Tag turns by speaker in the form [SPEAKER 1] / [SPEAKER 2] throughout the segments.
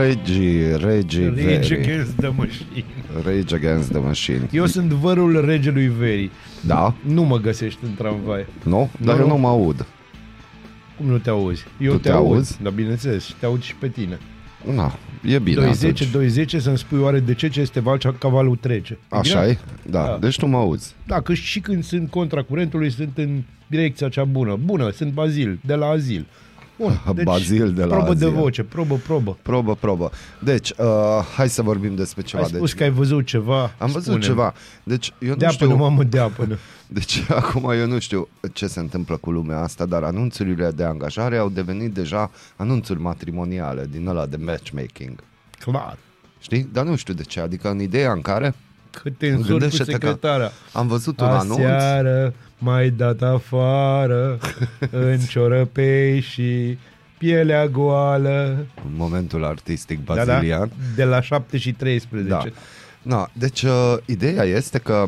[SPEAKER 1] Regii, regii
[SPEAKER 2] Rage
[SPEAKER 1] verii.
[SPEAKER 2] Against the Machine.
[SPEAKER 1] Rage Against the Machine.
[SPEAKER 2] Eu sunt vărul regelui verii.
[SPEAKER 1] Da?
[SPEAKER 2] Nu mă găsești în tramvai.
[SPEAKER 1] Nu? Dar
[SPEAKER 2] Nu.
[SPEAKER 1] eu nu mă aud.
[SPEAKER 2] Cum nu te auzi? Eu
[SPEAKER 1] Tu
[SPEAKER 2] te,
[SPEAKER 1] te
[SPEAKER 2] aud.
[SPEAKER 1] auzi?
[SPEAKER 2] Dar bineînțeles, și te aud și pe tine.
[SPEAKER 1] Na, e bine
[SPEAKER 2] 210,
[SPEAKER 1] atunci.
[SPEAKER 2] 210 să-mi spui oare de ce ce este valcea cavalul trece. E
[SPEAKER 1] Așa
[SPEAKER 2] bine?
[SPEAKER 1] e? Da.
[SPEAKER 2] Da.
[SPEAKER 1] Deci tu mă auzi.
[SPEAKER 2] Da, că și când sunt contra curentului, sunt în direcția cea bună. Bună, sunt Bazil, de la azil. Bun, deci
[SPEAKER 1] Bazil de la
[SPEAKER 2] probă
[SPEAKER 1] azil.
[SPEAKER 2] de voce, probă, probă.
[SPEAKER 1] Probă, probă. Deci, uh, hai să vorbim despre ceva.
[SPEAKER 2] Ai spus
[SPEAKER 1] deci,
[SPEAKER 2] că ai văzut ceva.
[SPEAKER 1] am văzut
[SPEAKER 2] spune-mi.
[SPEAKER 1] ceva. Deci, eu
[SPEAKER 2] De
[SPEAKER 1] nu
[SPEAKER 2] apă,
[SPEAKER 1] știu...
[SPEAKER 2] nu mamă, de apă.
[SPEAKER 1] Deci acum eu nu știu ce se întâmplă cu lumea asta, dar anunțurile de angajare au devenit deja anunțuri matrimoniale din ăla de matchmaking.
[SPEAKER 2] Clar.
[SPEAKER 1] Știi? Dar nu știu de ce. Adică în ideea în care
[SPEAKER 2] Că te însori cu
[SPEAKER 1] Gândește-te că-
[SPEAKER 2] secretara.
[SPEAKER 1] am văzut un anunț.
[SPEAKER 2] Aseară mai dat afară În ciorăpei și pielea goală
[SPEAKER 1] În momentul artistic
[SPEAKER 2] Da, da,
[SPEAKER 1] bazilian.
[SPEAKER 2] De la 7 și 13
[SPEAKER 1] Da. Na, deci uh, ideea este că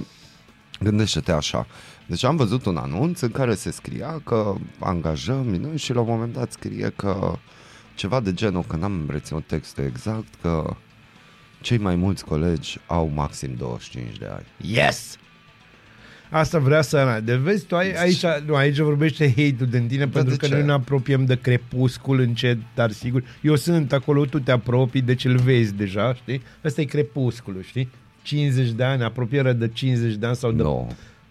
[SPEAKER 1] gândește-te așa. Deci am văzut un anunț în care se scria că angajăm noi și la un moment dat scrie că ceva de genul, că n-am reținut textul exact, că cei mai mulți colegi au maxim 25 de ani.
[SPEAKER 2] Yes! Asta vrea să arate. De vezi, tu ai, aici, nu, aici vorbește hate-ul din tine, pentru
[SPEAKER 1] de
[SPEAKER 2] că
[SPEAKER 1] ce?
[SPEAKER 2] noi ne apropiem de crepuscul încet, dar sigur. Eu sunt acolo, tu te apropii, deci îl vezi deja, știi? Ăsta e crepusculul, știi? 50 de ani, apropiere de 50 de ani sau de
[SPEAKER 1] No.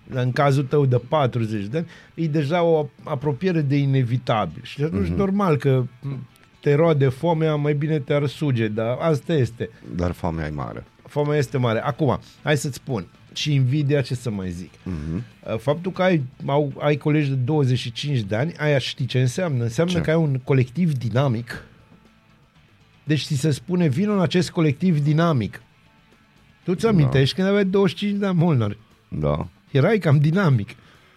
[SPEAKER 2] în cazul tău de 40 de ani, e deja o apropiere de inevitabil. Și atunci mm-hmm. normal că m, te roade foamea, mai bine te-ar suge, dar asta este.
[SPEAKER 1] Dar foamea e mare.
[SPEAKER 2] Foamea este mare. Acum, hai să-ți spun. Și invidia, ce să mai zic. Mm-hmm. Faptul că ai, au, ai colegi de 25 de ani, aia știi ce înseamnă? Înseamnă ce?
[SPEAKER 1] Ce?
[SPEAKER 2] că ai un colectiv dinamic. Deci ți se spune, vină în acest colectiv dinamic. Tu ți amintești când aveai 25 de ani, Molnar?
[SPEAKER 1] Da.
[SPEAKER 2] Erai cam dinamic.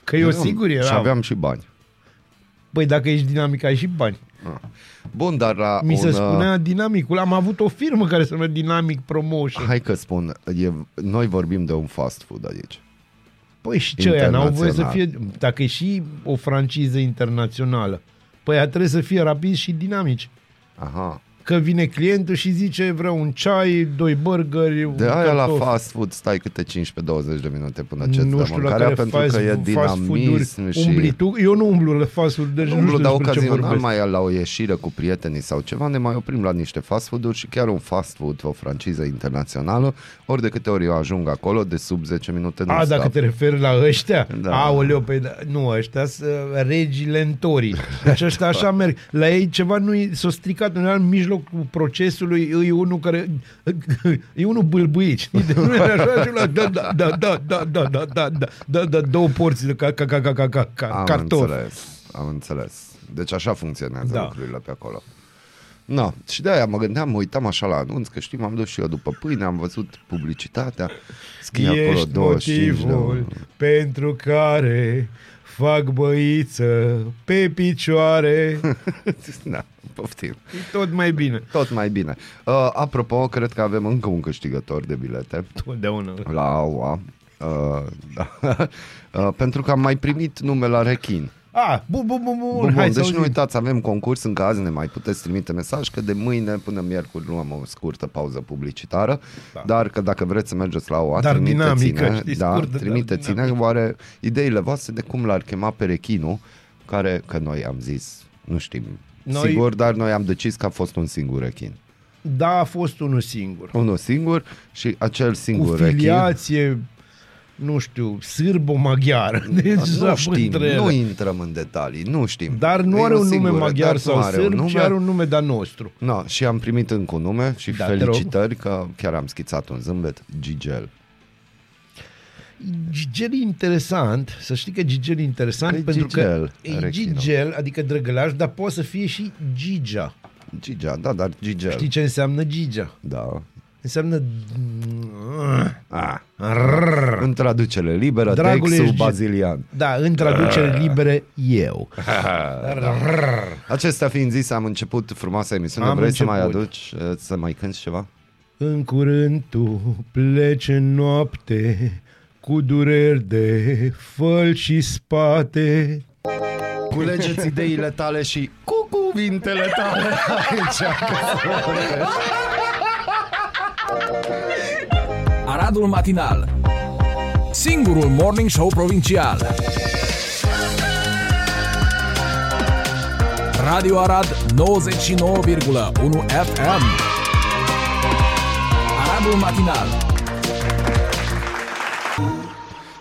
[SPEAKER 2] Că eu,
[SPEAKER 1] Eram-
[SPEAKER 2] sigur eram.
[SPEAKER 1] Și aveam și bani. Ah.
[SPEAKER 2] Păi dacă ești dinamic, ai și bani.
[SPEAKER 1] Bun, dar la
[SPEAKER 2] Mi
[SPEAKER 1] un,
[SPEAKER 2] se
[SPEAKER 1] uh,
[SPEAKER 2] spunea dinamicul. Am avut o firmă care se numea Dynamic Promotion.
[SPEAKER 1] Hai că spun, e, noi vorbim de un fast food aici.
[SPEAKER 2] Păi și ce aia, n-au voie să fie...
[SPEAKER 1] Internațional.
[SPEAKER 2] Dacă e și o franciză internațională, păi aia trebuie să fie rapid și dinamici.
[SPEAKER 1] Aha.
[SPEAKER 2] Că vine clientul și zice vreau un ceai, doi burgeri, un
[SPEAKER 1] De aia la
[SPEAKER 2] cartof.
[SPEAKER 1] fast food stai câte 15-20 de minute până ce
[SPEAKER 2] nu
[SPEAKER 1] îți dă
[SPEAKER 2] știu la
[SPEAKER 1] mâncarea
[SPEAKER 2] care
[SPEAKER 1] pentru
[SPEAKER 2] fast,
[SPEAKER 1] că e
[SPEAKER 2] fast
[SPEAKER 1] dinamism
[SPEAKER 2] food-uri
[SPEAKER 1] și...
[SPEAKER 2] umbli tu. Eu nu umblu la fast food, deci nu,
[SPEAKER 1] Umblu,
[SPEAKER 2] știu
[SPEAKER 1] dar
[SPEAKER 2] despre ce
[SPEAKER 1] ocazional
[SPEAKER 2] vorbesc.
[SPEAKER 1] mai la o ieșire cu prietenii sau ceva ne mai oprim la niște fast food-uri și chiar un fast food, o franciză internațională, ori de câte ori eu ajung acolo, de sub 10 minute nu
[SPEAKER 2] A,
[SPEAKER 1] stau.
[SPEAKER 2] dacă te referi la ăștia? Da.
[SPEAKER 1] Da.
[SPEAKER 2] Aoleu, pe, nu, ăștia sunt uh, regii lentorii. Deci ăștia
[SPEAKER 1] Da.
[SPEAKER 2] așa merg. La ei ceva nu i s-a stricat. În în mijlocul procesului e unul care... E unul bâlbâit. știi? De- Nu era așa și ăla, da, da, da, da, da, da, da, da, da, da, da, două porții de ca, ca, ca, ca, ca, ca, ca
[SPEAKER 1] Am
[SPEAKER 2] cartofi.
[SPEAKER 1] înțeles, am înțeles. Deci așa funcționează
[SPEAKER 2] Da.
[SPEAKER 1] da. lucrurile pe acolo. No, și de aia mă gândeam, mă uitam așa la anunț, că știi, m-am dus și eu după pâine, am văzut publicitatea, scrie acolo
[SPEAKER 2] Ești
[SPEAKER 1] 25 de
[SPEAKER 2] motivul pentru care fac băiță pe picioare.
[SPEAKER 1] Da, poftim.
[SPEAKER 2] E tot mai bine.
[SPEAKER 1] Tot mai bine. Uh, apropo, cred că avem încă un câștigător de bilete
[SPEAKER 2] Totdeauna.
[SPEAKER 1] la AUA. Uh, da. uh, pentru că am mai primit nume la rechin.
[SPEAKER 2] A, bun, bun, bun, bun,
[SPEAKER 1] Bun, bun,
[SPEAKER 2] hai
[SPEAKER 1] deci
[SPEAKER 2] să
[SPEAKER 1] nu uitați, avem concurs în caz ne mai puteți trimite mesaj că de mâine până miercuri nu am o scurtă pauză publicitară,
[SPEAKER 2] Da.
[SPEAKER 1] da. dar că dacă vreți să mergeți la OA,
[SPEAKER 2] Dar dinamică,
[SPEAKER 1] trimiteți-ne,
[SPEAKER 2] știi,
[SPEAKER 1] da,
[SPEAKER 2] scurtă, dar
[SPEAKER 1] trimiteți-ne
[SPEAKER 2] dinamică.
[SPEAKER 1] oare ideile voastre de cum l-ar chema pe rechinul, care, că noi am zis, nu știm
[SPEAKER 2] Noi-
[SPEAKER 1] noi... sigur, dar noi am decis că a fost un singur rechin.
[SPEAKER 2] Da, a fost unul singur.
[SPEAKER 1] Unul singur și acel
[SPEAKER 2] Cu
[SPEAKER 1] singur rechin.
[SPEAKER 2] filiație, nu știu, sârbo-maghiară. Deci
[SPEAKER 1] Da, Nu
[SPEAKER 2] nu
[SPEAKER 1] știm,
[SPEAKER 2] între ele.
[SPEAKER 1] nu intrăm în detalii, nu știm.
[SPEAKER 2] Dar nu
[SPEAKER 1] E
[SPEAKER 2] are un nume
[SPEAKER 1] singur,
[SPEAKER 2] maghiar
[SPEAKER 1] dar nu
[SPEAKER 2] sau
[SPEAKER 1] are un
[SPEAKER 2] sârb, ci
[SPEAKER 1] nume.
[SPEAKER 2] are un nume de-a nostru.
[SPEAKER 1] No, și am primit încă un nume și
[SPEAKER 2] Da,
[SPEAKER 1] da,
[SPEAKER 2] te rog.
[SPEAKER 1] felicitări că chiar am schițat un zâmbet, Gigel.
[SPEAKER 2] Gigel e interesant, să știi că Gigel e interesant
[SPEAKER 1] Că e
[SPEAKER 2] pentru
[SPEAKER 1] Păi Gigel,
[SPEAKER 2] că e
[SPEAKER 1] Rechino.
[SPEAKER 2] Gigel, adică drăgălaș, dar poate să fie și Gigea.
[SPEAKER 1] Gigea, da, dar Gigel.
[SPEAKER 2] Știi ce înseamnă Gigea?
[SPEAKER 1] Da.
[SPEAKER 2] Înseamnă...
[SPEAKER 1] Ah. În traducere liberă,
[SPEAKER 2] Dragul
[SPEAKER 1] textul
[SPEAKER 2] ești Gi-
[SPEAKER 1] bazilian.
[SPEAKER 2] Da, în traducere libere, eu.
[SPEAKER 1] Acestea fiind zis, am început frumoasa emisiune.
[SPEAKER 2] Am
[SPEAKER 1] Vrei să mai
[SPEAKER 2] început.
[SPEAKER 1] aduci, eh, să mai cânti ceva?
[SPEAKER 2] În curând tu pleci în noapte cu dureri de făl și spate.
[SPEAKER 1] Culegeți ideile tale și cu cuvintele tale aici. că-
[SPEAKER 3] Aradul Matinal Singurul Morning Show Provincial Radio Arad 99,1 FM Aradul Matinal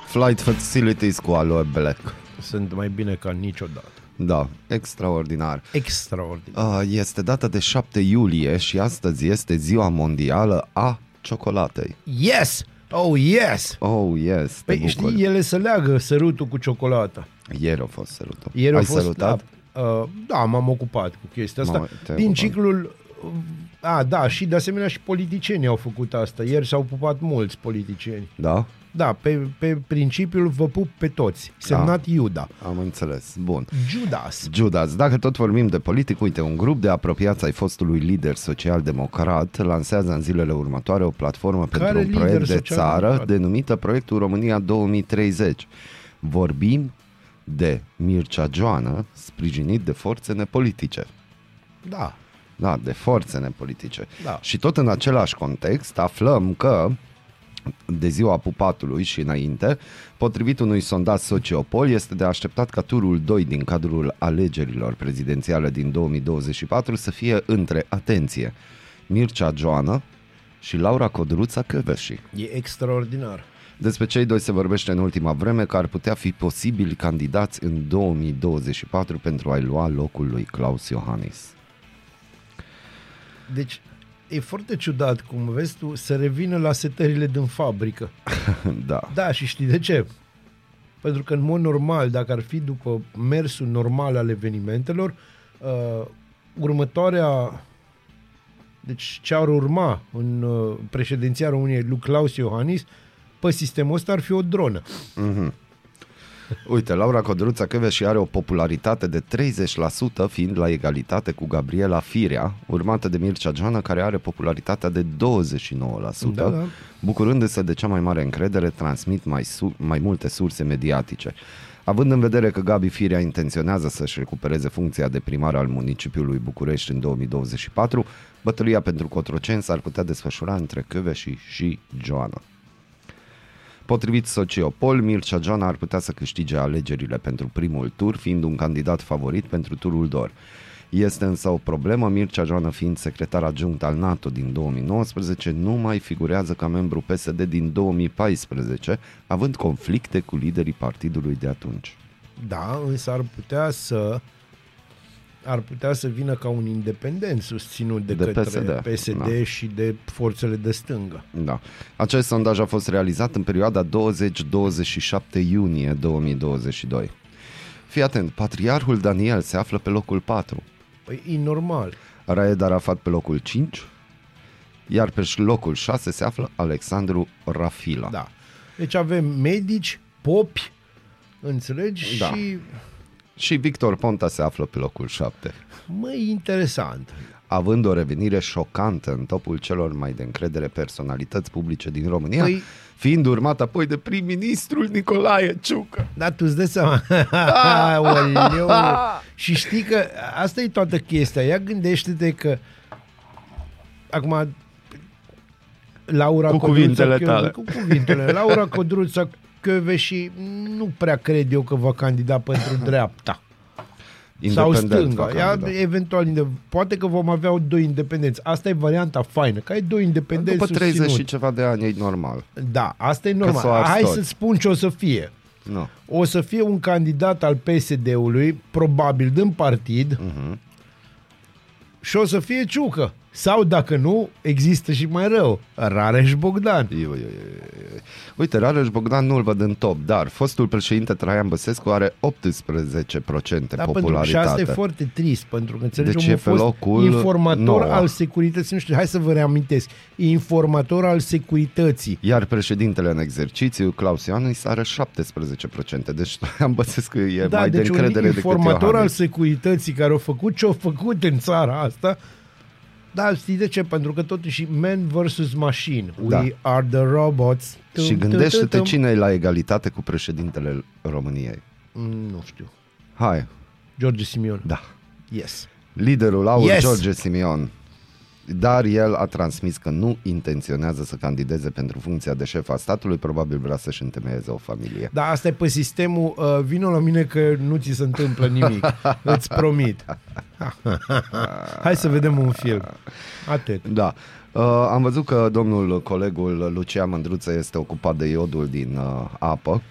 [SPEAKER 1] Flight Facilities cu Aloe Black.
[SPEAKER 2] Sunt mai bine ca niciodată.
[SPEAKER 1] Da, extraordinar.
[SPEAKER 2] Extraordinar.
[SPEAKER 1] Uh, Este data de 7 iulie și astăzi este ziua mondială a ciocolatei.
[SPEAKER 2] Yes! Oh, yes!
[SPEAKER 1] Oh, yes, te
[SPEAKER 2] Păi
[SPEAKER 1] păi, bucur.
[SPEAKER 2] știi, ele se leagă sărutul cu ciocolata.
[SPEAKER 1] Ieri a fost sărutul.
[SPEAKER 2] Ieri
[SPEAKER 1] Ai
[SPEAKER 2] a fost,
[SPEAKER 1] sărutat?
[SPEAKER 2] Da, uh, da, m-am ocupat cu chestia asta.
[SPEAKER 1] M-am- te-ai
[SPEAKER 2] Din
[SPEAKER 1] ocupat.
[SPEAKER 2] ciclul... uh, A, da, și de asemenea și politicienii au făcut asta. Ieri s-au pupat mulți politicieni.
[SPEAKER 1] Da?
[SPEAKER 2] Da, pe, pe principiul vă pup pe toți. Semnat Iuda.
[SPEAKER 1] Am înțeles. Bun.
[SPEAKER 2] Judas.
[SPEAKER 1] Judas, dacă tot vorbim de politic, uite, un grup de apropiați ai fostului lider social-democrat lansează în zilele următoare o platformă
[SPEAKER 2] Care
[SPEAKER 1] pentru un
[SPEAKER 2] lider
[SPEAKER 1] proiect de
[SPEAKER 2] social-democrat?
[SPEAKER 1] țară denumită Proiectul România 2030. Vorbim de Mircea Joană, sprijinit de forțe nepolitice.
[SPEAKER 2] Da.
[SPEAKER 1] Da, de forțe nepolitice.
[SPEAKER 2] Da.
[SPEAKER 1] Și tot în același context aflăm că de ziua pupatului și înainte, potrivit unui sondaj Sociopol, este de așteptat ca turul 2 din cadrul alegerilor prezidențiale din 2024 să fie între, atenție, Mircea Joană și Laura Codruța Căveși.
[SPEAKER 2] E extraordinar.
[SPEAKER 1] Despre cei doi se vorbește în ultima vreme că ar putea fi posibili candidați în 2024 pentru a-i lua locul lui Claus Iohannis.
[SPEAKER 2] Deci, e foarte ciudat cum vezi tu să revină la setările din fabrică.
[SPEAKER 1] da.
[SPEAKER 2] Da, și știi de ce? Pentru că, în mod normal, dacă ar fi după mersul normal al evenimentelor, uh, următoarea. Deci, ce ar urma în uh, președinția României lui Claus Iohannis, pe sistemul ăsta ar fi o dronă.
[SPEAKER 1] Uite, Laura Codruța și are o popularitate de 30% fiind la egalitate cu Gabriela Firea, urmată de Mircea Joana care are popularitatea de 29%,
[SPEAKER 2] Da, da.
[SPEAKER 1] bucurându-se de cea mai mare încredere, transmit mai, su- mai multe surse mediatice. Având în vedere că Gabi Firea intenționează să-și recupereze funcția de primar al municipiului București în 2024, bătălia pentru Cotroceni s-ar putea desfășura între Căveși și Joana. Potrivit Sociopol, Mircea Joana ar putea să câștige alegerile pentru primul tur, fiind un candidat favorit pentru turul dor. Este însă o problemă, Mircea Joana fiind secretar adjunct al NATO din 2019, nu mai figurează ca membru PSD din 2014, având conflicte cu liderii partidului de atunci.
[SPEAKER 2] Da, însă ar putea să ar putea să vină ca un independent susținut de,
[SPEAKER 1] De
[SPEAKER 2] către
[SPEAKER 1] PSD,
[SPEAKER 2] PSD, PSD
[SPEAKER 1] da.
[SPEAKER 2] și de forțele de stângă.
[SPEAKER 1] Da. Acest sondaj a fost realizat în perioada 20-27 iunie 2022. Fii atent, Patriarhul Daniel se află pe locul 4.
[SPEAKER 2] Păi e normal.
[SPEAKER 1] Raed Arafat pe locul 5, iar pe locul 6 se află Alexandru Rafila.
[SPEAKER 2] Da. Deci avem medici, popi, înțelegi?
[SPEAKER 1] Da.
[SPEAKER 2] Și,
[SPEAKER 1] Și Victor Ponta se află pe locul 7,
[SPEAKER 2] măi, interesant.
[SPEAKER 1] având o revenire șocantă în topul celor mai de încredere personalități publice din România,
[SPEAKER 2] Păi-
[SPEAKER 1] fiind urmat apoi de prim-ministrul Nicolae Ciucă.
[SPEAKER 2] Dar tu îți dai seama. Aoleu. și știi că asta e toată chestia. Ia gândește-te că acum Laura
[SPEAKER 1] Cu cuvintele
[SPEAKER 2] Codruța,
[SPEAKER 1] tale.
[SPEAKER 2] Cu cuvintele. Laura Codruța Căve și nu prea cred eu că va candida pentru dreapta sau stânga. Ea,
[SPEAKER 1] candidat.
[SPEAKER 2] eventual, inde- poate că vom avea o doi independenți. Asta e varianta faină, că ai doi independenți
[SPEAKER 1] După 30
[SPEAKER 2] susținuți.
[SPEAKER 1] și ceva de ani e normal.
[SPEAKER 2] Da, asta e
[SPEAKER 1] s-o
[SPEAKER 2] normal.
[SPEAKER 1] arzi
[SPEAKER 2] Hai
[SPEAKER 1] tot.
[SPEAKER 2] să-ți spun ce o să fie.
[SPEAKER 1] Nu.
[SPEAKER 2] O să fie un candidat al PSD-ului, probabil din partid, uh-huh. și o să fie Ciucă. Sau, dacă nu, există și mai rău. Rareș Bogdan.
[SPEAKER 1] Eu, eu, eu, eu. Uite, Rareș Bogdan nu-l văd în top, dar fostul președinte Traian Băsescu are 18%
[SPEAKER 2] Da, pentru că și
[SPEAKER 1] popularitate.
[SPEAKER 2] asta e foarte trist, pentru că înțelegi,
[SPEAKER 1] Deci
[SPEAKER 2] omul
[SPEAKER 1] e
[SPEAKER 2] a
[SPEAKER 1] pe
[SPEAKER 2] fost
[SPEAKER 1] locul
[SPEAKER 2] informator
[SPEAKER 1] nouă.
[SPEAKER 2] al securității, nu știu, hai să vă reamintesc, e informator al securității.
[SPEAKER 1] Iar președintele în exercițiu, Claus Ioanis, are 17%. Deci am Băsescu e
[SPEAKER 2] Da,
[SPEAKER 1] mai
[SPEAKER 2] deci
[SPEAKER 1] de
[SPEAKER 2] un
[SPEAKER 1] încredere decât
[SPEAKER 2] informator al
[SPEAKER 1] Iohannis.
[SPEAKER 2] securității care a făcut ce a făcut în țara asta, da, știi de ce? Pentru că totuși man versus machine. We
[SPEAKER 1] Da.
[SPEAKER 2] are the robots.
[SPEAKER 1] Și
[SPEAKER 2] Tum, tum,
[SPEAKER 1] gândește-te
[SPEAKER 2] tum, tum.
[SPEAKER 1] cine e la egalitate cu președintele României.
[SPEAKER 2] Mm, Nu știu.
[SPEAKER 1] Hai,
[SPEAKER 2] George Simion.
[SPEAKER 1] Da.
[SPEAKER 2] Yes.
[SPEAKER 1] Liderul AUR,
[SPEAKER 2] Yes!
[SPEAKER 1] George Simion. Dar el a transmis că nu intenționează să candideze pentru funcția de șef a statului, probabil vrea să-și întemeieze o familie.
[SPEAKER 2] Da, asta e pe sistemul, uh, vino la mine că nu ți se întâmplă nimic, îți promit. Hai să vedem un film. Atât.
[SPEAKER 1] Da. Uh, am văzut că domnul colegul Lucian Mândruță este ocupat de iodul din uh, apă.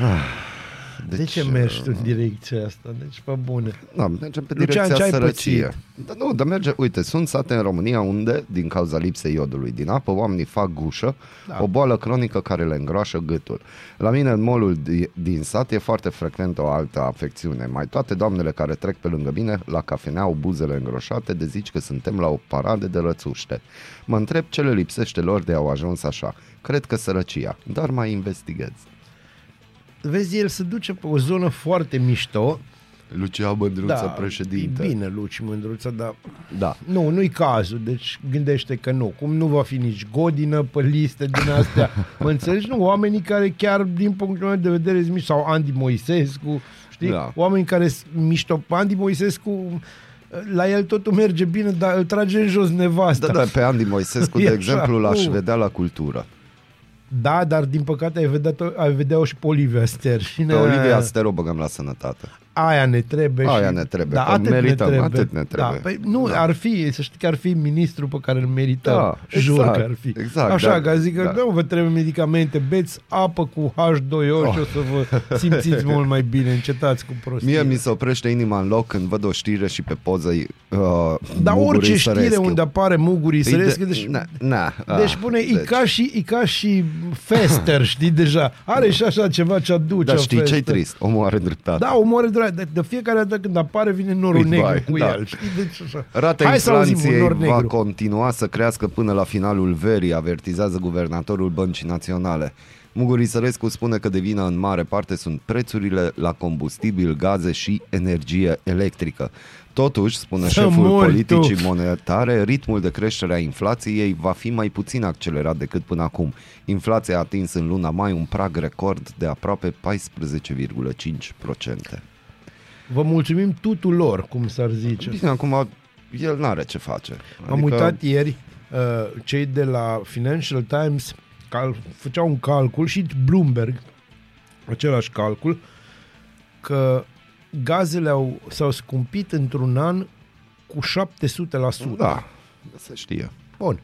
[SPEAKER 1] Ah,
[SPEAKER 2] De
[SPEAKER 1] deci,
[SPEAKER 2] ce mergi tu în direcția asta? Deci, pe bune.
[SPEAKER 1] Da, mergem pe
[SPEAKER 2] Lucian,
[SPEAKER 1] direcția
[SPEAKER 2] ce ai
[SPEAKER 1] sărăcie. Da, nu, dar merge, uite, sunt sate în România unde, din cauza lipsei iodului din apă, oamenii fac gușă, da. o boală cronică care le îngroașă gâtul. La mine, în molul di- din sat, e foarte frecvent o altă afecțiune. Mai toate doamnele care trec pe lângă mine la cafenea au buzele îngroșate de zici că suntem la o paradă de rățuște. Mă întreb ce le lipsește lor de au ajuns așa. Cred că sărăcia, dar mai investighez.
[SPEAKER 2] Vezi, el se duce pe o zonă foarte mișto.
[SPEAKER 1] Lucia Bădruță,
[SPEAKER 2] da,
[SPEAKER 1] președinte.
[SPEAKER 2] E bine, Luci Mândruță, dar
[SPEAKER 1] Da.
[SPEAKER 2] nu, nu-i cazul. Deci gândește că nu. Cum nu va fi nici Godină pe listă din astea. Mă înțelegi? Nu, oamenii care chiar din punctul meu de vedere sunt mișto, sau Andy Moisescu, știi?
[SPEAKER 1] Da.
[SPEAKER 2] Da. Oameni care sunt mișto. Andy Moisescu, la el totul merge bine, dar îl trage în jos nevasta.
[SPEAKER 1] Da, da, pe Andy Moisescu,
[SPEAKER 2] E
[SPEAKER 1] de
[SPEAKER 2] așa, uh.
[SPEAKER 1] exemplu, l-aș
[SPEAKER 2] nu.
[SPEAKER 1] vedea la cultură.
[SPEAKER 2] da dar din păcate ai vedea, ai vedea și pe Olivia Ster. Și
[SPEAKER 1] Pe
[SPEAKER 2] ne-
[SPEAKER 1] Olivia Stero băgăm la sănătate.
[SPEAKER 2] Aia ne trebuie.
[SPEAKER 1] Aia
[SPEAKER 2] și,
[SPEAKER 1] ne trebuie,
[SPEAKER 2] Da,
[SPEAKER 1] că
[SPEAKER 2] atât
[SPEAKER 1] merităm,
[SPEAKER 2] ne trebuie.
[SPEAKER 1] atât ne trebuie.
[SPEAKER 2] Da, păi, nu, da. ar fi, să știi că ar fi ministru pe care îl merităm.
[SPEAKER 1] Da,
[SPEAKER 2] Jur
[SPEAKER 1] exact,
[SPEAKER 2] că ar fi.
[SPEAKER 1] exact,
[SPEAKER 2] Așa,
[SPEAKER 1] da,
[SPEAKER 2] că zic că
[SPEAKER 1] da.
[SPEAKER 2] nu vă trebuie medicamente, beți apă cu H2O oh. și o să vă simțiți mult mai bine, încetați cu prostii.
[SPEAKER 1] Mie mi se oprește inima în loc când văd o știre și pe poză uh,
[SPEAKER 2] Dar
[SPEAKER 1] Muguri
[SPEAKER 2] Da, orice știre
[SPEAKER 1] Sărescu.
[SPEAKER 2] unde apare mugurii
[SPEAKER 1] Îi
[SPEAKER 2] sărescu,
[SPEAKER 1] Păi de-
[SPEAKER 2] deci...
[SPEAKER 1] na, na, ah,
[SPEAKER 2] Deci pune deci. Ica, și, Ica și Fester, știi deja. Are și așa ceva ce aduce
[SPEAKER 1] Dar știi ce-i
[SPEAKER 2] Fester.
[SPEAKER 1] trist? Omul are dreptate.
[SPEAKER 2] Da, omoară de, de, de fiecare dată când apare vine norul
[SPEAKER 1] Îi
[SPEAKER 2] negru
[SPEAKER 1] bai,
[SPEAKER 2] cu
[SPEAKER 1] da.
[SPEAKER 2] el. Știi? Deci, așa.
[SPEAKER 1] Rata
[SPEAKER 2] Hai să auzim un
[SPEAKER 1] inflației
[SPEAKER 2] nor
[SPEAKER 1] va
[SPEAKER 2] negru.
[SPEAKER 1] continua să crească până la finalul verii, avertizează guvernatorul Băncii Naționale. Muguri Sărescu spune că de vină în mare parte sunt prețurile la combustibil, gaze și energie electrică. Totuși, spune
[SPEAKER 2] Să
[SPEAKER 1] șeful
[SPEAKER 2] mori
[SPEAKER 1] politicii
[SPEAKER 2] tu!
[SPEAKER 1] monetare, ritmul de creștere a inflației va fi mai puțin accelerat decât până acum. Inflația a atins în luna mai un prag record de aproape 14,5%.
[SPEAKER 2] Vă mulțumim tuturor, cum s-ar zice.
[SPEAKER 1] Bine, acum el n-are ce face. Adică
[SPEAKER 2] Am uitat ieri uh, cei de la Financial Times cal- făceau un calcul și Bloomberg, același calcul, că gazele au, s-au scumpit într-un an cu 700%.
[SPEAKER 1] Da, se știe.
[SPEAKER 2] Bun.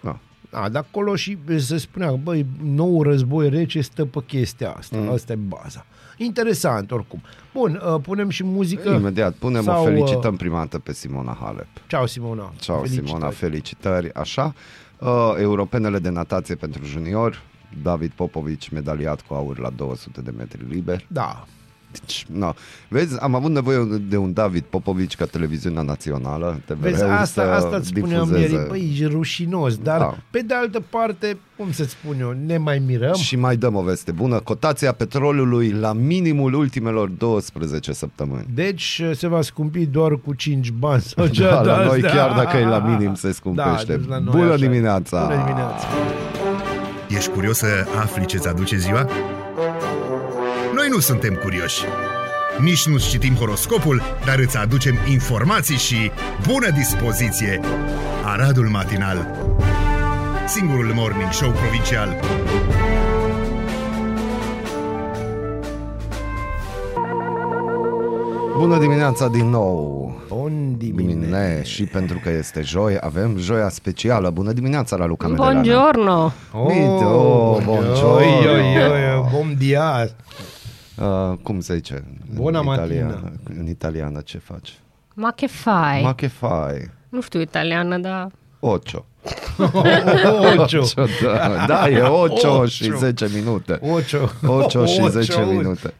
[SPEAKER 1] Da.
[SPEAKER 2] A, de acolo și se spunea, băi, nou război rece stă pe chestia asta. Mm. Asta e baza. Interesant, oricum. Bun, uh, punem și muzică.
[SPEAKER 1] Imediat, punem o
[SPEAKER 2] Sau, uh,
[SPEAKER 1] felicităm prima dată pe Simona Halep.
[SPEAKER 2] Ceau, Simona.
[SPEAKER 1] Ciao
[SPEAKER 2] Felicitări.
[SPEAKER 1] Simona, felicitări, așa. Uh, europenele de natație pentru junior, David Popovici medaliat cu aur la 200 de metri liber.
[SPEAKER 2] Da.
[SPEAKER 1] Deci, na. Vezi, am avut nevoie de un David Popovici ca televiziunea națională. TVR-ul
[SPEAKER 2] Vezi, asta,
[SPEAKER 1] să
[SPEAKER 2] asta îți spuneam
[SPEAKER 1] difuzeze.
[SPEAKER 2] ieri, Păi, băi, e rușinos, dar
[SPEAKER 1] Da.
[SPEAKER 2] da. pe de altă parte, cum să-ți spun eu, ne mai mirăm.
[SPEAKER 1] Și mai dăm o veste bună, cotația petrolului la minimul ultimelor 12 săptămâni.
[SPEAKER 2] Deci se va scumpi doar cu 5 bani sau
[SPEAKER 1] Da,
[SPEAKER 2] cea de
[SPEAKER 1] la noi
[SPEAKER 2] astea.
[SPEAKER 1] chiar dacă e la minim se scumpește.
[SPEAKER 2] Da, deci la noi
[SPEAKER 1] Bună
[SPEAKER 2] așa e.
[SPEAKER 1] dimineața!
[SPEAKER 2] Bună dimineața!
[SPEAKER 4] Ești curios să afli ce-ți aduce ziua? Noi nu suntem curioși. Nici nu citim horoscopul, dar îți aducem informații și bună dispoziție! Aradul Matinal Singurul Morning Show Provincial
[SPEAKER 1] Bună dimineața din nou!
[SPEAKER 2] Bun dimine.
[SPEAKER 1] Bine, și pentru că este joi, avem joia specială. Bună dimineața, Raluca Medelana!
[SPEAKER 5] Buongiorno!
[SPEAKER 1] Uite, oh, buongiorno.
[SPEAKER 2] Oi, oi, oi, bom oh, dia.
[SPEAKER 1] Uh, cum se zice? în
[SPEAKER 2] Buona
[SPEAKER 1] italiană?
[SPEAKER 2] mattina.
[SPEAKER 1] În italiană ce faci?
[SPEAKER 5] Ma che fai?
[SPEAKER 1] Ma che fai?
[SPEAKER 5] Nu știu italiană, dar...
[SPEAKER 1] Ocio.
[SPEAKER 2] Ocio.
[SPEAKER 1] Ocio, da, da, e ocio, și 10 minute.
[SPEAKER 2] Ocio.
[SPEAKER 1] Ocio și
[SPEAKER 2] Ocio.
[SPEAKER 1] 10 minute.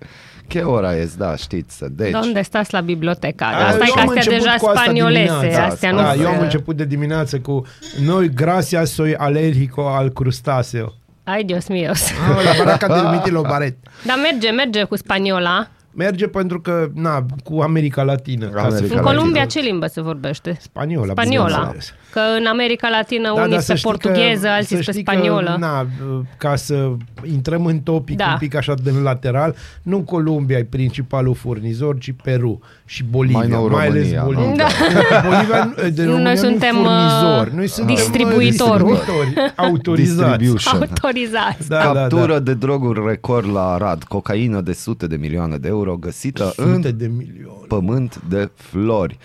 [SPEAKER 1] Ce ora e, da, știți, deci...
[SPEAKER 5] Deci. Unde stați la biblioteca?
[SPEAKER 2] Ah,
[SPEAKER 5] Asta e
[SPEAKER 2] eu
[SPEAKER 5] că
[SPEAKER 2] am
[SPEAKER 5] astea
[SPEAKER 2] început
[SPEAKER 5] deja
[SPEAKER 2] cu asta
[SPEAKER 5] spaniolese.
[SPEAKER 2] dimineața.
[SPEAKER 5] astea nu
[SPEAKER 2] Da,
[SPEAKER 5] se-
[SPEAKER 2] eu am început de dimineață cu noi gracias soy alérgico al crustaseo.
[SPEAKER 5] Ai Dios mios.
[SPEAKER 2] Ah, la baraca del mitilo baret.
[SPEAKER 5] Dar merge, merge cu spaniola.
[SPEAKER 2] Merge pentru că, na, cu America Latină. ca să
[SPEAKER 1] America Latină.
[SPEAKER 2] fim
[SPEAKER 5] În
[SPEAKER 2] exact.
[SPEAKER 5] Columbia ce limbă se vorbește?
[SPEAKER 2] Spaniola.
[SPEAKER 5] Spaniola.
[SPEAKER 2] bineînțeles.
[SPEAKER 5] Că în America Latină
[SPEAKER 2] Da,
[SPEAKER 5] unii
[SPEAKER 2] dar să
[SPEAKER 5] pe
[SPEAKER 2] știi
[SPEAKER 5] portugheză,
[SPEAKER 2] că-
[SPEAKER 5] alții
[SPEAKER 2] să
[SPEAKER 5] pe
[SPEAKER 2] știi că,
[SPEAKER 5] spaniolă.
[SPEAKER 2] na, ca să intrăm în topic
[SPEAKER 5] Da.
[SPEAKER 2] da. un pic așa de lateral, nu Columbia e principalul furnizor, ci Peru și Bolivia,
[SPEAKER 1] Mai
[SPEAKER 2] mai,
[SPEAKER 1] nou
[SPEAKER 2] ales
[SPEAKER 1] România, nu?
[SPEAKER 2] Bolivia. Bolivia nu- de România
[SPEAKER 5] Da. Noi
[SPEAKER 2] nu-i
[SPEAKER 5] suntem,
[SPEAKER 2] furnizor, noi
[SPEAKER 5] uh,
[SPEAKER 2] suntem
[SPEAKER 5] distribuitorul.
[SPEAKER 2] distribuitori autorizați.
[SPEAKER 1] Distribution.
[SPEAKER 5] Autorizați.
[SPEAKER 2] Da, da, da.
[SPEAKER 1] Captură de droguri record la Arad, cocaină de sute de milioane de euro găsită în
[SPEAKER 2] Sute de milioane.
[SPEAKER 1] pământ de flori.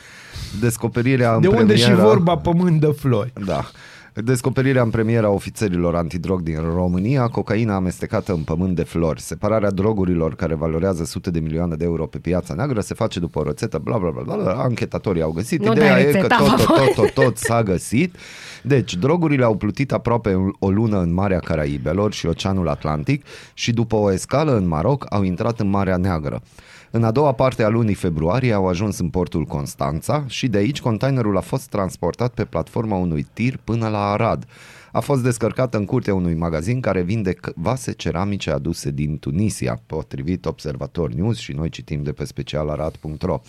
[SPEAKER 1] Descoperirea în
[SPEAKER 2] De unde
[SPEAKER 1] premieră...
[SPEAKER 2] și vorba pământ de flori.
[SPEAKER 1] Da. Descoperirea în premieră a ofițerilor antidrog din România, cocaina amestecată în pământ de flori, separarea drogurilor care valorează sute de milioane de euro pe piața neagră se face după o rețetă, bla bla bla, bla, bla. anchetatorii au găsit.
[SPEAKER 5] Nu
[SPEAKER 1] Ideea
[SPEAKER 5] dai
[SPEAKER 1] e că
[SPEAKER 5] rețeta,
[SPEAKER 1] tot, tot,
[SPEAKER 5] vă
[SPEAKER 1] tot, tot, tot s-a găsit. Deci, drogurile au plutit aproape o lună în Marea Caraibelor și Oceanul Atlantic și după o escală în Maroc au intrat în Marea Neagră. În a doua parte a lunii februarie au ajuns în portul Constanța și de aici containerul a fost transportat pe platforma unui tir până la Arad. A fost descărcată în curtea unui magazin care vinde c- vase ceramice aduse din Tunisia, potrivit Observator News și noi citim de pe specialarad.ro.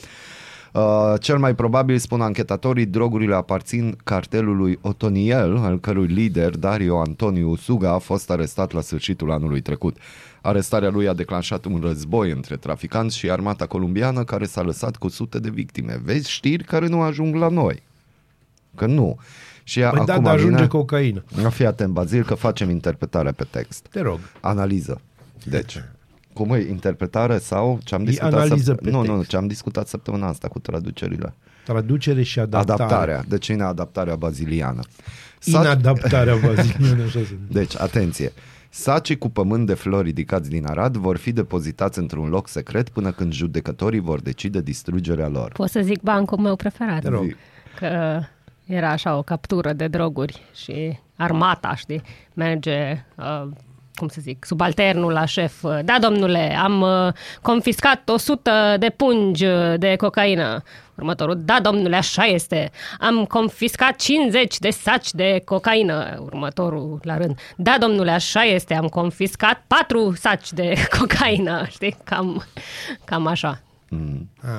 [SPEAKER 1] Uh, cel mai probabil, spun anchetatorii, drogurile aparțin cartelului Otoniel, al cărui lider, Dario Antonio Usuga, a fost arestat la sfârșitul anului trecut. Arestarea lui a declanșat un război între traficanți și armata columbiană, care s-a lăsat cu sute de victime. Vezi știri care nu ajung la noi. Că nu. Și
[SPEAKER 2] Păi
[SPEAKER 1] acum
[SPEAKER 2] da, dar ajunge
[SPEAKER 1] vine...
[SPEAKER 2] cocaină.
[SPEAKER 1] Fii atent, Bazil, că facem interpretare pe text.
[SPEAKER 2] Te rog.
[SPEAKER 1] Analiză. Deci, cum e interpretare sau ce am discutat?
[SPEAKER 2] analiză pe
[SPEAKER 1] nu,
[SPEAKER 2] text.
[SPEAKER 1] nu, ce am discutat săptămâna asta cu traducerile.
[SPEAKER 2] Traducere și adaptare.
[SPEAKER 1] Adaptarea. Deci cine adaptarea baziliană. Saci-
[SPEAKER 2] Inadaptarea, vă zic. nu, nu, așa se numește.
[SPEAKER 1] deci, atenție. Sacii cu pământ de flori ridicați din Arad vor fi depozitați într-un loc secret până când judecătorii vor decide distrugerea lor.
[SPEAKER 5] Pot să zic bancul meu preferat.
[SPEAKER 2] Te rog.
[SPEAKER 5] Că era așa o captură de droguri și armata, știi, merge, uh, cum să zic, subalternul la șef. uh, Da, domnule, am uh, confiscat 100 de pungi uh, de cocaină. Următorul, da, domnule, așa este. Am confiscat 50 de saci de cocaină. Următorul la rând, da, domnule, așa este. Am confiscat 4 saci de cocaină, știi, cam, cam așa.
[SPEAKER 2] Ah,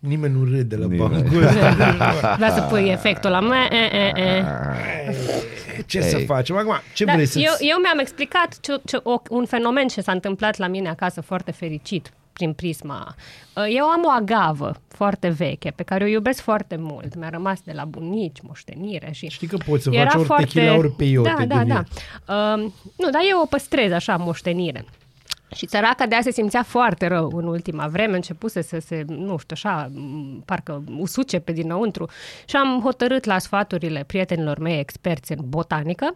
[SPEAKER 2] nimeni nu râde la
[SPEAKER 1] Nimeni.
[SPEAKER 2] bancul ăsta.
[SPEAKER 5] Vrea să pui efectul la eh, me, e, e, e.
[SPEAKER 2] Ce să facem? Acum, ce
[SPEAKER 5] Dar
[SPEAKER 2] vrei să...
[SPEAKER 5] Da, eu, eu mi-am explicat ce, ce, o, un fenomen ce s-a întâmplat la mine acasă foarte fericit prin prisma. Eh, Eu am o agavă foarte veche pe care o iubesc foarte mult. Mi-a rămas de la bunici, moștenire și...
[SPEAKER 2] Știi că poți să faci ori tequila, ori peiote
[SPEAKER 5] Da,
[SPEAKER 2] din
[SPEAKER 5] da, da.
[SPEAKER 2] ea.
[SPEAKER 5] Um, nu, dar eu o păstrez așa, moștenire. Și țăraca de aia se simțea foarte rău în ultima vreme, începuse să se, nu știu, așa, m, parcă usuce pe dinăuntru. Și am hotărât la sfaturile prietenilor mei experți în botanică,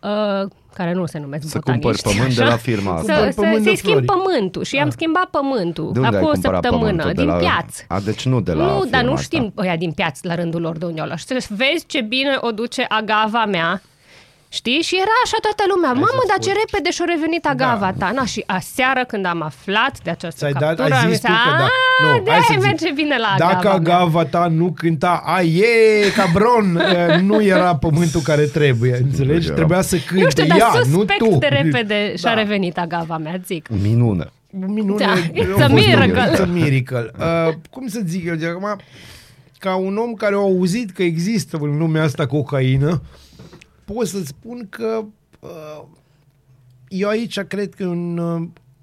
[SPEAKER 5] uh, care nu se numesc
[SPEAKER 1] Să
[SPEAKER 5] botaniști.
[SPEAKER 1] cumpări pământ de
[SPEAKER 5] așa,
[SPEAKER 1] la firma asta.
[SPEAKER 5] Să,
[SPEAKER 2] Cumpări
[SPEAKER 5] să,
[SPEAKER 2] pământ de
[SPEAKER 5] să-i schimb
[SPEAKER 2] flori.
[SPEAKER 5] pământul și i-am schimbat pământul
[SPEAKER 1] De unde ai
[SPEAKER 5] acum o
[SPEAKER 1] cumpărat
[SPEAKER 5] săptămână,
[SPEAKER 1] pământul? De
[SPEAKER 5] din
[SPEAKER 1] la...
[SPEAKER 5] piață.
[SPEAKER 1] A, deci nu de la
[SPEAKER 5] Nu,
[SPEAKER 1] firma
[SPEAKER 5] dar nu
[SPEAKER 1] asta.
[SPEAKER 5] știm ăia din piață la rândul lor de unde au luat. Și să vezi ce bine o duce agava mea. Știi? Și era așa toată lumea. Mamă, dar ce repede și-a
[SPEAKER 2] Da.
[SPEAKER 5] revenit agava ta. Na, și aseară când am aflat de această
[SPEAKER 2] Ți-ai dat,
[SPEAKER 5] captură,
[SPEAKER 2] ai
[SPEAKER 5] am
[SPEAKER 2] zis
[SPEAKER 5] zis, "Ah,
[SPEAKER 2] tu că da.
[SPEAKER 5] "A,
[SPEAKER 2] Nu, hai să
[SPEAKER 5] de-aia
[SPEAKER 2] zic.
[SPEAKER 5] merge bine la agava
[SPEAKER 2] Dacă
[SPEAKER 5] mea."
[SPEAKER 2] agava ta nu cânta Aie, cabron, eh, nu era pământul care trebuie, înțelegi?
[SPEAKER 1] era.
[SPEAKER 2] Trebuia să cânte
[SPEAKER 5] Nu știu,
[SPEAKER 2] ea,
[SPEAKER 5] dar
[SPEAKER 2] nu
[SPEAKER 5] suspect
[SPEAKER 2] tu. Da.
[SPEAKER 5] de repede și-a revenit agava mea, zic.
[SPEAKER 1] Minună.
[SPEAKER 2] Minune,
[SPEAKER 5] Da,
[SPEAKER 2] a
[SPEAKER 5] it's
[SPEAKER 2] fost
[SPEAKER 5] a miracle.
[SPEAKER 2] minune, It's a miracle. Uh, cum să zic eu, de acum, ca un om care a auzit că există în lumea asta cocaină, pot să spun că uh, eu aici cred că un, uh,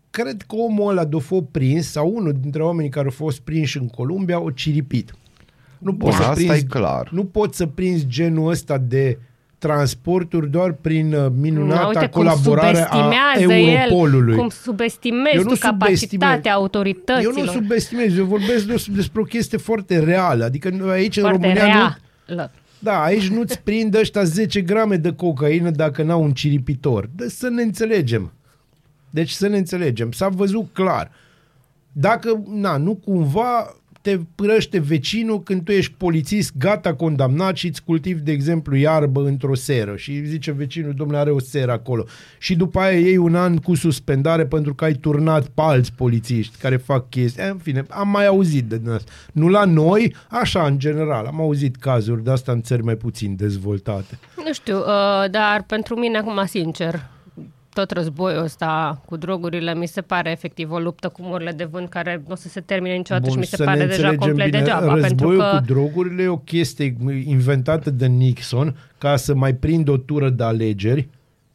[SPEAKER 2] cred că omul ăla de fost prins sau unul dintre oamenii care au fost prinși în Columbia o ciripit. Nu
[SPEAKER 1] Bun,
[SPEAKER 2] poți să
[SPEAKER 1] Da, asta
[SPEAKER 2] prinzi,
[SPEAKER 1] e clar.
[SPEAKER 2] Nu poți să prinzi genul ăsta de transporturi doar prin uh, minunata
[SPEAKER 5] Na, uite cum
[SPEAKER 2] colaborare a
[SPEAKER 5] subestimează
[SPEAKER 2] Europolului.
[SPEAKER 5] el, cum subestimezi
[SPEAKER 2] Eu
[SPEAKER 5] eu
[SPEAKER 2] nu
[SPEAKER 5] tu
[SPEAKER 2] subestimez.
[SPEAKER 5] capacitatea
[SPEAKER 2] Eu
[SPEAKER 5] autorităților.
[SPEAKER 2] nu subestimez, eu vorbesc des- despre o chestie foarte reală. Adică nu- aici
[SPEAKER 5] Foarte
[SPEAKER 2] în România nu,
[SPEAKER 5] rea. Lă.
[SPEAKER 2] da, aici nu-ți prind ăștia 10 grame de cocaină dacă n-au un ciripitor. Deci să ne înțelegem. Deci să ne înțelegem. S-a văzut clar. Dacă, na, nu cumva te părăște vecinul când tu ești polițist, gata, condamnat și îți cultivi, de exemplu, iarbă într-o seră și zice vecinul, domnule, are o seră acolo. Și după aia iei un an cu suspendare pentru că ai turnat pe alți polițiști care fac chestii. Eh, În fine, am mai auzit de din asta. Nu la noi, așa, în general. Am auzit cazuri de asta în țări mai puțin dezvoltate.
[SPEAKER 5] Nu știu, uh, dar pentru mine acum, sincer, tot războiul ăsta cu drogurile mi se pare efectiv o luptă cu murile de vânt care nu o să se termine niciodată Bun, și mi se
[SPEAKER 2] să ne
[SPEAKER 5] pare deja
[SPEAKER 2] înțelegem
[SPEAKER 5] complet
[SPEAKER 2] bine.
[SPEAKER 5] degeaba. Pentru
[SPEAKER 2] Războiul
[SPEAKER 5] că
[SPEAKER 2] cu drogurile e o chestie inventată de Nixon ca să mai prind o tură de alegeri,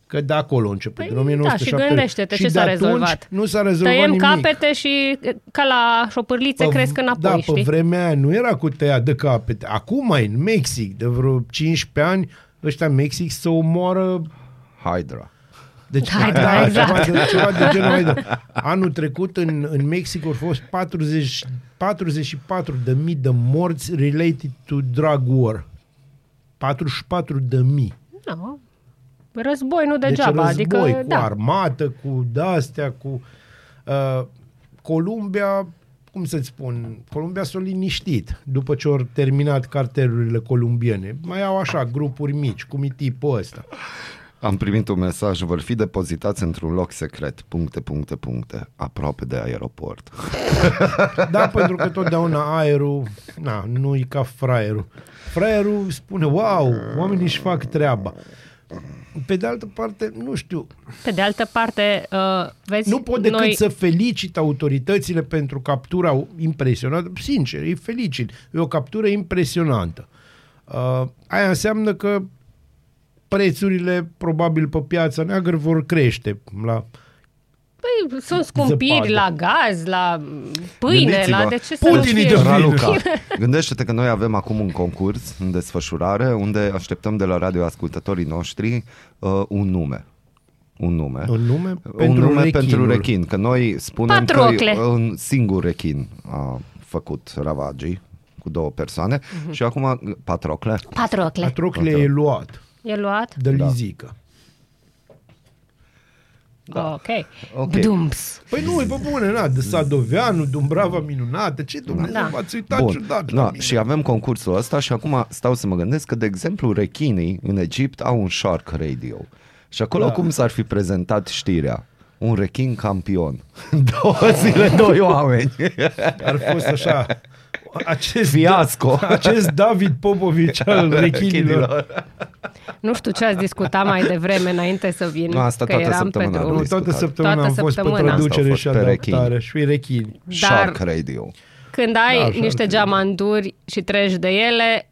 [SPEAKER 2] că de acolo a început,
[SPEAKER 5] Păi,
[SPEAKER 2] din 1970.
[SPEAKER 5] da, și gândește-te
[SPEAKER 2] și
[SPEAKER 5] ce
[SPEAKER 2] de
[SPEAKER 5] s-a
[SPEAKER 2] atunci
[SPEAKER 5] rezolvat.
[SPEAKER 2] nu s-a rezolvat
[SPEAKER 5] tăiem
[SPEAKER 2] nimic.
[SPEAKER 5] capete și e, ca la șopârlițe cresc înapoi,
[SPEAKER 2] Da, pe
[SPEAKER 5] știi?
[SPEAKER 2] vremea aia nu era cu tăia de capete. Acum, mai în Mexic, de vreo 15 ani, ăștia în Mexic să omoară
[SPEAKER 1] Hydra.
[SPEAKER 2] deci,
[SPEAKER 5] Da, da, exact.
[SPEAKER 2] Ceva, de- ceva de genul ăla. da. Anul trecut în, în Mexic au fost 40, 44 de mii de morți related to drug war. 44 de mii.
[SPEAKER 5] Nu. Război nu
[SPEAKER 2] Deci
[SPEAKER 5] degeaba,
[SPEAKER 2] război
[SPEAKER 5] adică
[SPEAKER 2] cu
[SPEAKER 5] da.
[SPEAKER 2] armată, cu de-astea, cu... Uh, Columbia, cum să-ți spun, Columbia s-a liniștit după ce au terminat cartelurile columbiene. Mai au așa, grupuri mici, cum e tipul ăsta.
[SPEAKER 1] Am primit un mesaj, vor fi depozitați într-un loc secret, puncte, puncte, puncte, aproape de aeroport.
[SPEAKER 2] Da, pentru că totdeauna aerul, na, nu e ca fraierul. Fraierul spune, wow, oamenii își fac treaba. Pe de altă parte, nu știu,
[SPEAKER 5] Pe de altă parte, uh, vezi,
[SPEAKER 2] nu pot decât
[SPEAKER 5] noi...
[SPEAKER 2] să felicit autoritățile pentru captura impresionantă. Sincer, îi felicit. E o captură impresionantă. Uh, aia înseamnă că prețurile, probabil, pe piața neagră vor crește la
[SPEAKER 5] Păi, sunt scumpiri
[SPEAKER 2] Zăpadă.
[SPEAKER 5] la gaz, la pâine,
[SPEAKER 1] Gândiți-vă,
[SPEAKER 5] la de ce să nu
[SPEAKER 2] Putinii de
[SPEAKER 5] fie...
[SPEAKER 1] Raluca, gândește-te că noi avem acum un concurs în desfășurare unde așteptăm de la radioascultătorii noștri uh, un nume. Un nume.
[SPEAKER 2] un nume
[SPEAKER 1] un
[SPEAKER 2] pentru
[SPEAKER 1] nume
[SPEAKER 2] rechinuri.
[SPEAKER 1] pentru rechin, că noi spunem
[SPEAKER 5] Patrocle.
[SPEAKER 1] că un singur rechin a făcut ravagii cu două persoane
[SPEAKER 5] Mhm.
[SPEAKER 1] uh-huh. și acum patrocle.
[SPEAKER 5] Patrocle.
[SPEAKER 2] Patrocle e luat
[SPEAKER 5] E luat?
[SPEAKER 2] de lizică.
[SPEAKER 5] Da. Ok.
[SPEAKER 1] Ok.
[SPEAKER 5] Bdumps.
[SPEAKER 2] Păi nu, e pe bune, na, de Sadoveanu, Dumbrava minunată, ce Dumnezeu,
[SPEAKER 5] Da.
[SPEAKER 2] da. v-ați uitat Bun. ciudat la
[SPEAKER 1] da,
[SPEAKER 2] mine.
[SPEAKER 1] și avem concursul ăsta și acum stau să mă gândesc că, de exemplu, rechinii în Egipt au un shark radio. Și acolo da. cum s-ar fi prezentat știrea? Un rechin campion. Două zile, doi oameni.
[SPEAKER 5] Da.
[SPEAKER 2] Ar fost așa, acest, Da,
[SPEAKER 1] Fiasco.
[SPEAKER 2] acest David Popovici al rechinilor.
[SPEAKER 5] Nu știu ce ați discutat mai devreme înainte să vin,
[SPEAKER 1] Nu, asta
[SPEAKER 5] că
[SPEAKER 1] toată
[SPEAKER 5] eram
[SPEAKER 1] săptămâna
[SPEAKER 5] pe
[SPEAKER 1] lui.
[SPEAKER 5] drum.
[SPEAKER 2] Nu, toată săptămâna
[SPEAKER 5] Toată
[SPEAKER 2] am fost pe
[SPEAKER 5] săptămâna.
[SPEAKER 1] Asta a
[SPEAKER 2] traducere
[SPEAKER 1] fost
[SPEAKER 2] și
[SPEAKER 1] pe
[SPEAKER 2] adaptare
[SPEAKER 1] rechin.
[SPEAKER 2] și rechini.
[SPEAKER 5] Dar-
[SPEAKER 1] Shark radio.
[SPEAKER 5] Când ai
[SPEAKER 2] Da,
[SPEAKER 5] da,
[SPEAKER 2] așa
[SPEAKER 5] niște
[SPEAKER 2] ar fi.
[SPEAKER 5] geamanduri și treci de ele,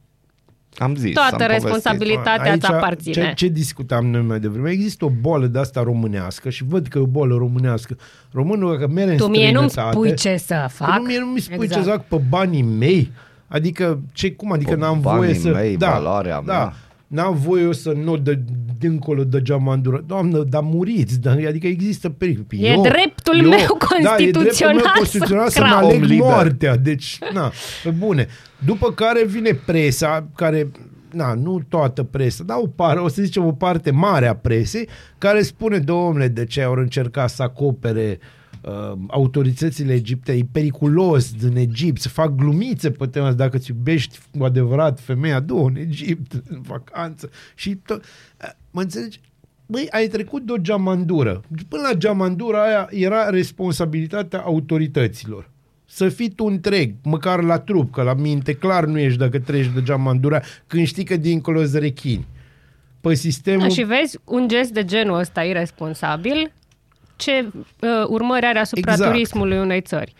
[SPEAKER 1] Am zis.
[SPEAKER 5] Toată
[SPEAKER 1] am povestit.
[SPEAKER 5] responsabilitatea- Abilitatea îți aparține.
[SPEAKER 2] Ce, ce discutam noi mai devreme? Există o boală de asta românească și văd că e o boală românească. Românul că mere în
[SPEAKER 5] tu mie nu-mi
[SPEAKER 2] străinătate,
[SPEAKER 5] spui ce să
[SPEAKER 2] Că
[SPEAKER 5] fac.
[SPEAKER 2] Nu, mie nu mi spui
[SPEAKER 5] Exact.
[SPEAKER 2] exact. ce să fac pe banii mei. Adică, ce, cum? Adică
[SPEAKER 1] Pe
[SPEAKER 2] n-am
[SPEAKER 1] banii
[SPEAKER 2] voie să...
[SPEAKER 1] mei,
[SPEAKER 2] da,
[SPEAKER 1] valoarea
[SPEAKER 2] da,
[SPEAKER 1] mea.
[SPEAKER 2] N-am voie eu să nu de dincolo de geamandură. Doamnă, dar muriți. Dar, adică există pericol.
[SPEAKER 5] E dreptul meu
[SPEAKER 2] da, e dreptul meu
[SPEAKER 5] constituțional
[SPEAKER 2] constituțional
[SPEAKER 5] să
[SPEAKER 2] să mă
[SPEAKER 5] crau.
[SPEAKER 1] Om
[SPEAKER 2] aleg
[SPEAKER 1] liber.
[SPEAKER 2] moartea. Deci, na, pe bune. După care vine presa, care na, nu toată presa, dar o, par, o să zicem o parte mare a presei, care spune, domnule, de ce au încercat să acopere uh, autoritățile Egiptei, e periculos din Egipt, să fac glumițe pe tema asta, dacă îți iubești cu adevărat femeia, du în Egipt, în vacanță și tot. uh, Mă înțelegi? Băi, ai trecut de o geamandură. Până la geamandura aia era responsabilitatea autorităților să fii tu întreg, măcar la trup, că la minte clar nu ești dacă treci de geamandura, când știi că dincolo sunt rechini. Pe sistemul...
[SPEAKER 5] Da, și vezi, un gest de genul ăsta irresponsabil, ce uh, urmări are asupra
[SPEAKER 2] Exact.
[SPEAKER 5] turismului unei țări.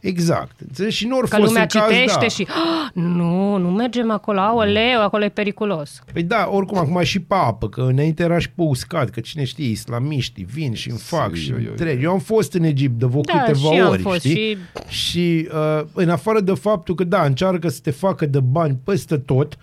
[SPEAKER 2] Exact. Înțelegi? Și nu ori
[SPEAKER 5] Că
[SPEAKER 2] fost
[SPEAKER 5] lumea
[SPEAKER 2] în caz,
[SPEAKER 5] citește
[SPEAKER 2] da.
[SPEAKER 5] și "Ah, nu, nu mergem acolo, aoleu, acolo e periculos.
[SPEAKER 2] Păi da, oricum, acum și pe apă, că înainte era și pe uscat, că cine știe, islamiștii vin și îmi fac și îmi trec. Eu am fost în Egipt de vă
[SPEAKER 5] Da,
[SPEAKER 2] câteva
[SPEAKER 5] și eu am
[SPEAKER 2] ori,
[SPEAKER 5] fost
[SPEAKER 2] știi? Și, uh, în afară de faptul că, da, încearcă să te facă de bani peste tot,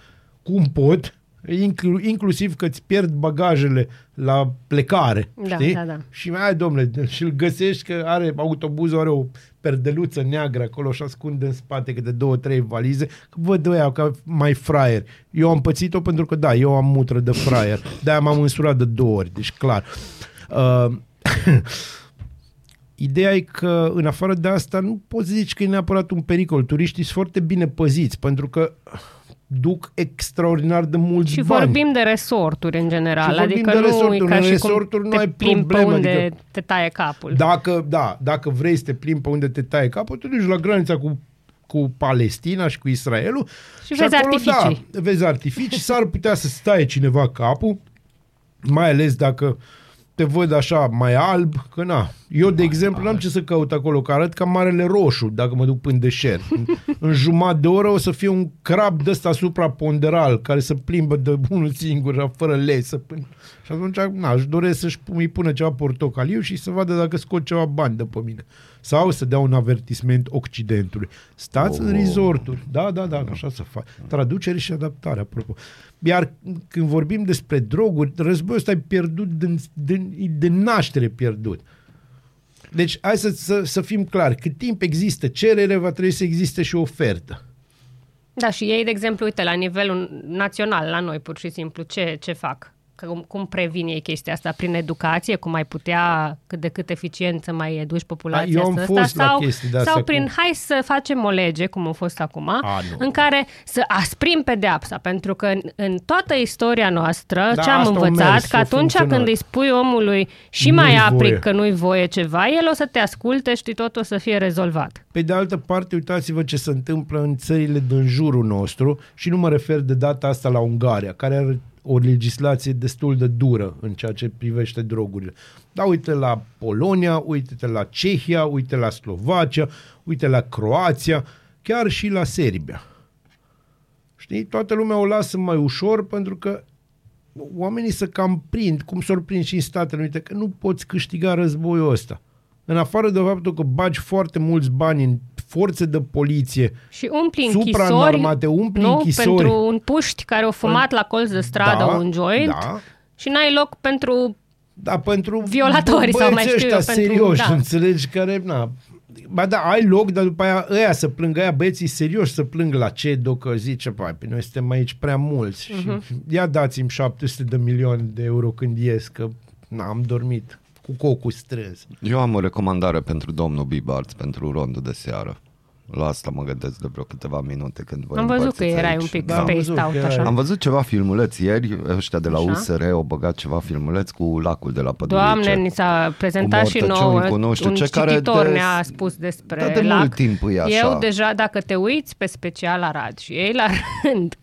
[SPEAKER 2] cum pot, inclu- inclusiv că îți pierd bagajele la plecare,
[SPEAKER 5] Da,
[SPEAKER 2] știi?
[SPEAKER 5] da, da.
[SPEAKER 2] Și mai domnule, și îl găsești că are autobuzul, are o perdeluță neagră acolo și ascunde în spate câte două, trei valize. Că Văd ăia ca mai fraier. Eu am pățit-o pentru că, da, eu am mutră de fraier. De-aia m-am însurat de două ori, deci clar. Uh, Ideea e că, în afară de asta, nu poți zici că e neapărat un pericol. Turiștii sunt foarte bine păziți, pentru că duc extraordinar de mulți
[SPEAKER 5] Și
[SPEAKER 2] bani.
[SPEAKER 5] vorbim de resorturi în general,
[SPEAKER 2] Și vorbim
[SPEAKER 5] adică
[SPEAKER 2] de
[SPEAKER 5] nu
[SPEAKER 2] resorturi.
[SPEAKER 5] e ca
[SPEAKER 2] În
[SPEAKER 5] și
[SPEAKER 2] resorturi nu
[SPEAKER 5] cum te
[SPEAKER 2] ai
[SPEAKER 5] plimbi
[SPEAKER 2] probleme,
[SPEAKER 5] pe unde
[SPEAKER 2] adică-
[SPEAKER 5] te taie capul.
[SPEAKER 2] Dacă, da, dacă vrei să te plimbi pe unde te taie capul, te duci la granița cu, cu Palestina și cu Israelul.
[SPEAKER 5] Și vezi artificii.
[SPEAKER 2] Da, vezi artificii, s-ar putea să staie cineva capul, mai ales dacă te văd așa mai alb, că na. Eu, de exemplu, n-am ce să caut acolo, că arăt ca Marele Roșu, dacă mă duc până deșert. în, în jumătate de oră o să fie un crab de ăsta supraponderal, care se plimbă de unul singur, fără lei. Să până... Și atunci, na, își doresc să-și pu- îi pună ceva portocaliu și să vadă dacă scot ceva bani de pe mine. Sau să dea un avertisment Occidentului. Stați în resorturi. Da, da, da, așa să fac. Traducere și adaptare, apropo. Iar când vorbim despre droguri, războiul ăsta e pierdut din, din, e de naștere pierdut. Deci, hai să, să, să fim clari. Cât timp există cerere, va trebui să existe și ofertă.
[SPEAKER 5] Da, și ei, de exemplu, uite, la nivelul național, la noi, pur și simplu, ce, ce fac? Cum, cum previn ei chestia asta? Prin educație, cum ai putea cât de cât eficient să mai educi populația
[SPEAKER 2] A, eu am
[SPEAKER 5] asta?
[SPEAKER 2] fost la
[SPEAKER 5] sau
[SPEAKER 2] chestii de astea
[SPEAKER 5] sau prin
[SPEAKER 2] cu-
[SPEAKER 5] hai să facem o lege, cum a fost acum,
[SPEAKER 2] A, nu.
[SPEAKER 5] în care să asprim pedeapsa, pentru că în, în toată istoria noastră,
[SPEAKER 2] Da,
[SPEAKER 5] ce am
[SPEAKER 2] asta a
[SPEAKER 5] învățat,
[SPEAKER 2] mers,
[SPEAKER 5] că
[SPEAKER 2] a
[SPEAKER 5] atunci
[SPEAKER 2] funcționat.
[SPEAKER 5] când îi spui omului și
[SPEAKER 2] Nu-i
[SPEAKER 5] mai apri
[SPEAKER 2] voie.
[SPEAKER 5] că nu-i voie ceva, el o să te asculte și totul o să fie rezolvat.
[SPEAKER 2] Pe de altă parte, uitați-vă ce se întâmplă în țările din jurul nostru și nu mă refer de data asta la Ungaria, care are o legislație destul de dură în ceea ce privește drogurile. Dar uite la Polonia, uite-te la Cehia, uite la Slovacia, uite la Croația, chiar și la Serbia. Știi? Toată lumea o lasă mai ușor pentru că oamenii să cam prind, cum s-au prind și în Statele Unite, că nu poți câștiga războiul ăsta. În afară de faptul că bagi foarte mulți bani în forțe de poliție,
[SPEAKER 5] Și umpli închisori,
[SPEAKER 2] Supraînarmate, umpli
[SPEAKER 5] nu?
[SPEAKER 2] închisori. Păi,
[SPEAKER 5] pentru un puști care a fumat la colț de stradă
[SPEAKER 2] Da,
[SPEAKER 5] un joint
[SPEAKER 2] da.
[SPEAKER 5] și n-ai loc pentru...
[SPEAKER 2] dar pentru
[SPEAKER 5] Violatori sau mai
[SPEAKER 2] băieții
[SPEAKER 5] știu
[SPEAKER 2] ăștia
[SPEAKER 5] eu, pentru-
[SPEAKER 2] serioși,
[SPEAKER 5] da.
[SPEAKER 2] înțelegi, care, na, Ba da, ai loc, dar după aia ăia să plângă, aia băieții serioși să plâng la CEDO, că zice, păi, pe noi suntem aici prea mulți și
[SPEAKER 5] Mhm.
[SPEAKER 2] ia dați-mi 700 de milioane de euro când ies, că na, am dormit cu cocul strâns.
[SPEAKER 1] Eu am o recomandare pentru domnul Bibart pentru rondul de seară. La asta mă gândesc de vreo câteva minute când voi
[SPEAKER 5] Am văzut că
[SPEAKER 1] împărțiți
[SPEAKER 5] erai
[SPEAKER 1] aici.
[SPEAKER 5] un
[SPEAKER 2] Păi
[SPEAKER 5] pic
[SPEAKER 2] Da,
[SPEAKER 5] da,
[SPEAKER 2] am
[SPEAKER 5] spaced
[SPEAKER 2] văzut
[SPEAKER 5] out
[SPEAKER 2] că
[SPEAKER 5] așa.
[SPEAKER 2] erai-
[SPEAKER 1] Am văzut ceva filmuleț ieri, ăștia de la
[SPEAKER 5] Așa.
[SPEAKER 1] USR au băgat ceva filmuleț cu lacul de la pădurice.
[SPEAKER 5] Doamne, ni s-a prezentat
[SPEAKER 1] Cu
[SPEAKER 5] și
[SPEAKER 1] mortăciuni,
[SPEAKER 5] nouă,
[SPEAKER 1] cu nu știu
[SPEAKER 5] un
[SPEAKER 1] ce, care
[SPEAKER 5] cititor
[SPEAKER 1] de-
[SPEAKER 5] ne-a spus despre
[SPEAKER 1] Da, de
[SPEAKER 5] lac.
[SPEAKER 1] mult timp e așa.
[SPEAKER 5] Eu deja, dacă te uiți pe special Arad și ei la rând,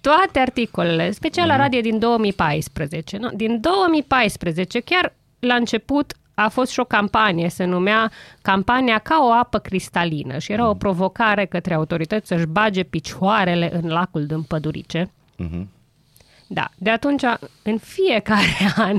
[SPEAKER 5] toate articolele, special
[SPEAKER 1] Mhm.
[SPEAKER 5] Arad e din 2014, nu? din 2014, chiar la început a fost și o campanie, se numea campania ca o apă cristalină și
[SPEAKER 1] Mhm.
[SPEAKER 5] era o provocare către autorități să-și bage picioarele în lacul din pădurice. Da, de atunci, în fiecare an,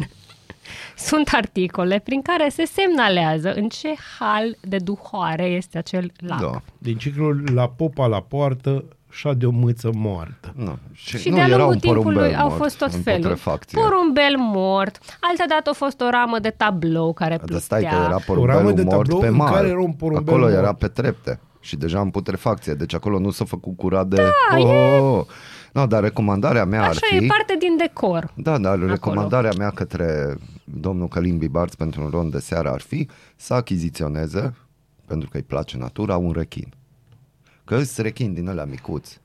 [SPEAKER 5] sunt articole prin care se semnalează în ce hal de duhoare este acel lac.
[SPEAKER 1] Da.
[SPEAKER 2] Din ciclul La popa la poartă și de o măță moartă.
[SPEAKER 1] Nu. Și,
[SPEAKER 5] Și
[SPEAKER 1] nu,
[SPEAKER 5] de-a
[SPEAKER 1] era
[SPEAKER 5] lungul
[SPEAKER 1] un
[SPEAKER 5] timpului
[SPEAKER 1] porumbel
[SPEAKER 5] au
[SPEAKER 1] mort
[SPEAKER 5] fost tot
[SPEAKER 1] în
[SPEAKER 5] felul.
[SPEAKER 1] putrefacție.
[SPEAKER 5] Porumbel mort, altă dată a fost o ramă de tablou care
[SPEAKER 1] Da, Dar stai că
[SPEAKER 5] plutea.
[SPEAKER 1] era
[SPEAKER 2] ramă
[SPEAKER 1] porumbelul
[SPEAKER 2] de
[SPEAKER 1] mort
[SPEAKER 2] tablou
[SPEAKER 1] pe
[SPEAKER 2] în
[SPEAKER 1] mare.
[SPEAKER 2] care era un porumbel
[SPEAKER 1] acolo
[SPEAKER 2] mort.
[SPEAKER 1] era pe trepte și deja în putrefacție, deci acolo nu s-a făcut curat de... Da, No, dar recomandarea mea ar
[SPEAKER 5] Așa
[SPEAKER 1] fi...
[SPEAKER 5] e parte din decor.
[SPEAKER 1] Da, dar recomandarea mea către domnul Călim Bibarț pentru un rond de seară ar fi să
[SPEAKER 2] Da.
[SPEAKER 1] achiziționeze, pentru că îi place natura, un rechin. Că sunt rechini din ăla micuți.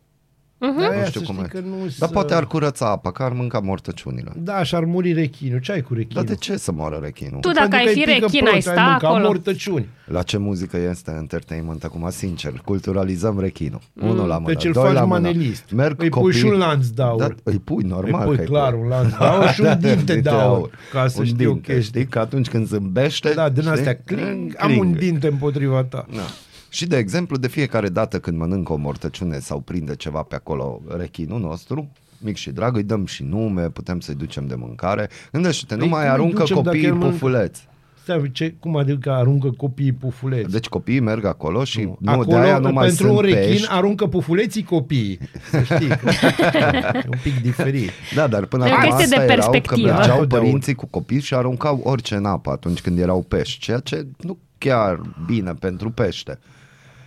[SPEAKER 5] Mhm. Da,
[SPEAKER 2] Dar
[SPEAKER 1] Nu
[SPEAKER 2] aia
[SPEAKER 1] știu
[SPEAKER 2] să
[SPEAKER 1] cum
[SPEAKER 2] știi
[SPEAKER 1] e.
[SPEAKER 2] că nu
[SPEAKER 1] Dar
[SPEAKER 2] se-
[SPEAKER 1] poate ar curăța apa, că ar mânca mortăciunile.
[SPEAKER 2] uh, Da, și-ar muri rechinul. Ce ai cu rechinul?
[SPEAKER 1] Dar de ce să moară rechinul?
[SPEAKER 5] Tu dacă ai
[SPEAKER 2] că
[SPEAKER 5] fi
[SPEAKER 2] îi pică
[SPEAKER 5] rechin, ai
[SPEAKER 2] prost,
[SPEAKER 5] sta
[SPEAKER 2] mâncat
[SPEAKER 5] acolo.
[SPEAKER 2] mortăciuni.
[SPEAKER 1] La ce muzică este entertainment acum, sincer? Culturalizăm rechinul. Unul la mână,
[SPEAKER 2] Deci îl
[SPEAKER 1] doi
[SPEAKER 2] faci
[SPEAKER 1] la mână.
[SPEAKER 2] manelist.
[SPEAKER 1] Merg
[SPEAKER 2] Îi pui
[SPEAKER 1] copii,
[SPEAKER 2] și un lanț de aur.
[SPEAKER 1] Da, îi pui, normal.
[SPEAKER 2] Îi pui,
[SPEAKER 1] că
[SPEAKER 2] clar, un lanț de aur și un dinte de aur, ca să
[SPEAKER 1] un
[SPEAKER 2] știu
[SPEAKER 1] dinte,
[SPEAKER 2] chestii.
[SPEAKER 1] Știi că atunci când zâmbește...
[SPEAKER 2] Da, din
[SPEAKER 1] știi?
[SPEAKER 2] astea, cling, am un dinte împotriva ta.
[SPEAKER 1] Da. Și, de exemplu, de fiecare dată când mănâncă o mortăciune sau prinde ceva pe acolo rechinul nostru, mic și drag, îi dăm și nume, putem să-i ducem de mâncare. Gândește-te, nu
[SPEAKER 2] Păi
[SPEAKER 1] mai
[SPEAKER 2] cum îi
[SPEAKER 1] aruncă
[SPEAKER 2] ducem dacă
[SPEAKER 1] copiii
[SPEAKER 2] el mănâncă?
[SPEAKER 1] pufuleți.
[SPEAKER 2] Stai, ce, cum adică aruncă copiii pufuleți?
[SPEAKER 1] Deci copiii merg acolo și nu,
[SPEAKER 2] Acolo,
[SPEAKER 1] de aia nu mai
[SPEAKER 2] pentru
[SPEAKER 1] sunt
[SPEAKER 2] un rechin,
[SPEAKER 1] pești.
[SPEAKER 2] aruncă pufuleții copiii. Să știi. că e un pic diferit.
[SPEAKER 1] Da, dar până
[SPEAKER 5] Cred
[SPEAKER 1] acum
[SPEAKER 5] că este
[SPEAKER 1] asta
[SPEAKER 5] de
[SPEAKER 1] erau că
[SPEAKER 5] perspectivă.
[SPEAKER 1] mergeau
[SPEAKER 2] Totdeauna.
[SPEAKER 1] părinții cu copii și aruncau orice în apă atunci când erau pești, ceea ce nu chiar bine pentru pește.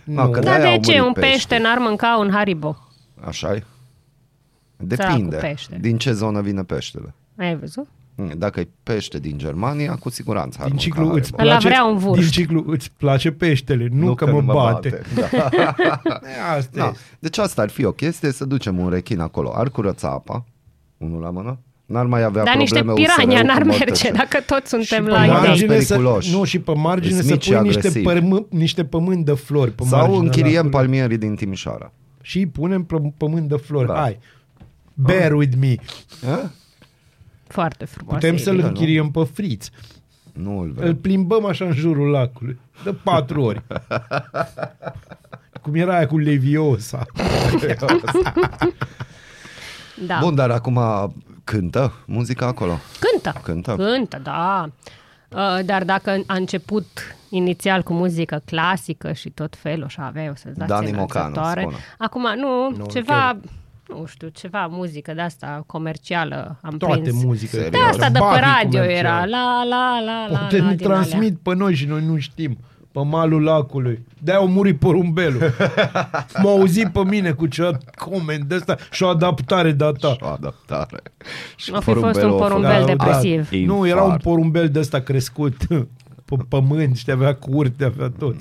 [SPEAKER 1] Nu. Că
[SPEAKER 5] Dar
[SPEAKER 1] de-aia
[SPEAKER 5] de
[SPEAKER 1] au
[SPEAKER 5] ce?
[SPEAKER 1] murit
[SPEAKER 5] Un pește
[SPEAKER 1] peștii.
[SPEAKER 5] n-ar mânca un haribo?
[SPEAKER 1] așa e? Depinde
[SPEAKER 5] pește.
[SPEAKER 1] din ce zonă vine peștele. Hm,
[SPEAKER 5] Ai văzut?
[SPEAKER 1] Dacă e pește din Germania, cu siguranță ar
[SPEAKER 2] Din
[SPEAKER 1] mânca
[SPEAKER 2] ciclu îți
[SPEAKER 1] haribo.
[SPEAKER 5] Îl
[SPEAKER 2] place,
[SPEAKER 5] avrea un vârf.
[SPEAKER 2] din ciclu îți place peștele, nu, nu că, mă
[SPEAKER 1] nu
[SPEAKER 2] bate.
[SPEAKER 1] Da.
[SPEAKER 2] E, Asta
[SPEAKER 1] da.
[SPEAKER 2] e.
[SPEAKER 1] Deci asta ar fi o chestie, să ducem un rechin acolo. Ar curăța apa, unul la mână, n-ar mai avea
[SPEAKER 5] Dar niște
[SPEAKER 1] probleme
[SPEAKER 5] pirania
[SPEAKER 1] USR-ul cu
[SPEAKER 5] n-ar merge
[SPEAKER 1] mortăciune.
[SPEAKER 5] dacă toți suntem
[SPEAKER 1] pe
[SPEAKER 5] la
[SPEAKER 1] mare.
[SPEAKER 5] ei.
[SPEAKER 1] Oameni
[SPEAKER 2] să,
[SPEAKER 1] periculoși.
[SPEAKER 2] nu, și pe margine
[SPEAKER 1] Sunt
[SPEAKER 2] să
[SPEAKER 1] mici și
[SPEAKER 2] pui niște,
[SPEAKER 1] agresivi.
[SPEAKER 2] părmâ, niște pământ de flori. Pe
[SPEAKER 1] Sau
[SPEAKER 2] marginea
[SPEAKER 1] închiriem
[SPEAKER 2] lacului.
[SPEAKER 1] palmierii din Timișoara.
[SPEAKER 2] și îi punem pe pământ de flori.
[SPEAKER 1] Da.
[SPEAKER 2] Da. Hai, bear with me.
[SPEAKER 5] Foarte frumoasă.
[SPEAKER 2] Putem să-l
[SPEAKER 5] idee.
[SPEAKER 2] închiriem pe friț.
[SPEAKER 1] Nu îl vreau.
[SPEAKER 2] Îl plimbăm așa în jurul lacului. De patru ori. Cum era aia cu Leviosa.
[SPEAKER 5] Da.
[SPEAKER 1] Bun, dar acum cântă muzica acolo.
[SPEAKER 5] Cântă.
[SPEAKER 1] Cântă.
[SPEAKER 5] Cântă, da. Uh, Dar dacă a început inițial cu muzică clasică și tot felul, așa avea o senzație
[SPEAKER 1] Dani Mocanu,
[SPEAKER 5] înălțătoare.
[SPEAKER 1] spună.
[SPEAKER 5] Acum, nu,
[SPEAKER 2] Nu,
[SPEAKER 5] nu ceva, nu știu, ceva muzică de asta comercială am
[SPEAKER 2] Toate
[SPEAKER 5] prins.
[SPEAKER 2] muzică.
[SPEAKER 5] de Da, asta de pe
[SPEAKER 2] Banii
[SPEAKER 5] radio era,
[SPEAKER 2] comerciali.
[SPEAKER 5] la, la, la, la,
[SPEAKER 2] Poate
[SPEAKER 5] la,
[SPEAKER 2] ne
[SPEAKER 5] din alea.
[SPEAKER 2] transmit pe noi și noi nu știm. Pe malul lacului. De-aia au murit porumbelul. M-a auzit pe mine cu ce coment de ăsta și o adaptare data.
[SPEAKER 1] Și o adaptare. Și
[SPEAKER 5] O fi fost un
[SPEAKER 1] porumbelul a fost-
[SPEAKER 5] porumbel de- depresiv.
[SPEAKER 2] Da. Nu, era un
[SPEAKER 1] Infart.
[SPEAKER 2] porumbel de ăsta crescut pe pământ și avea curte, avea tot.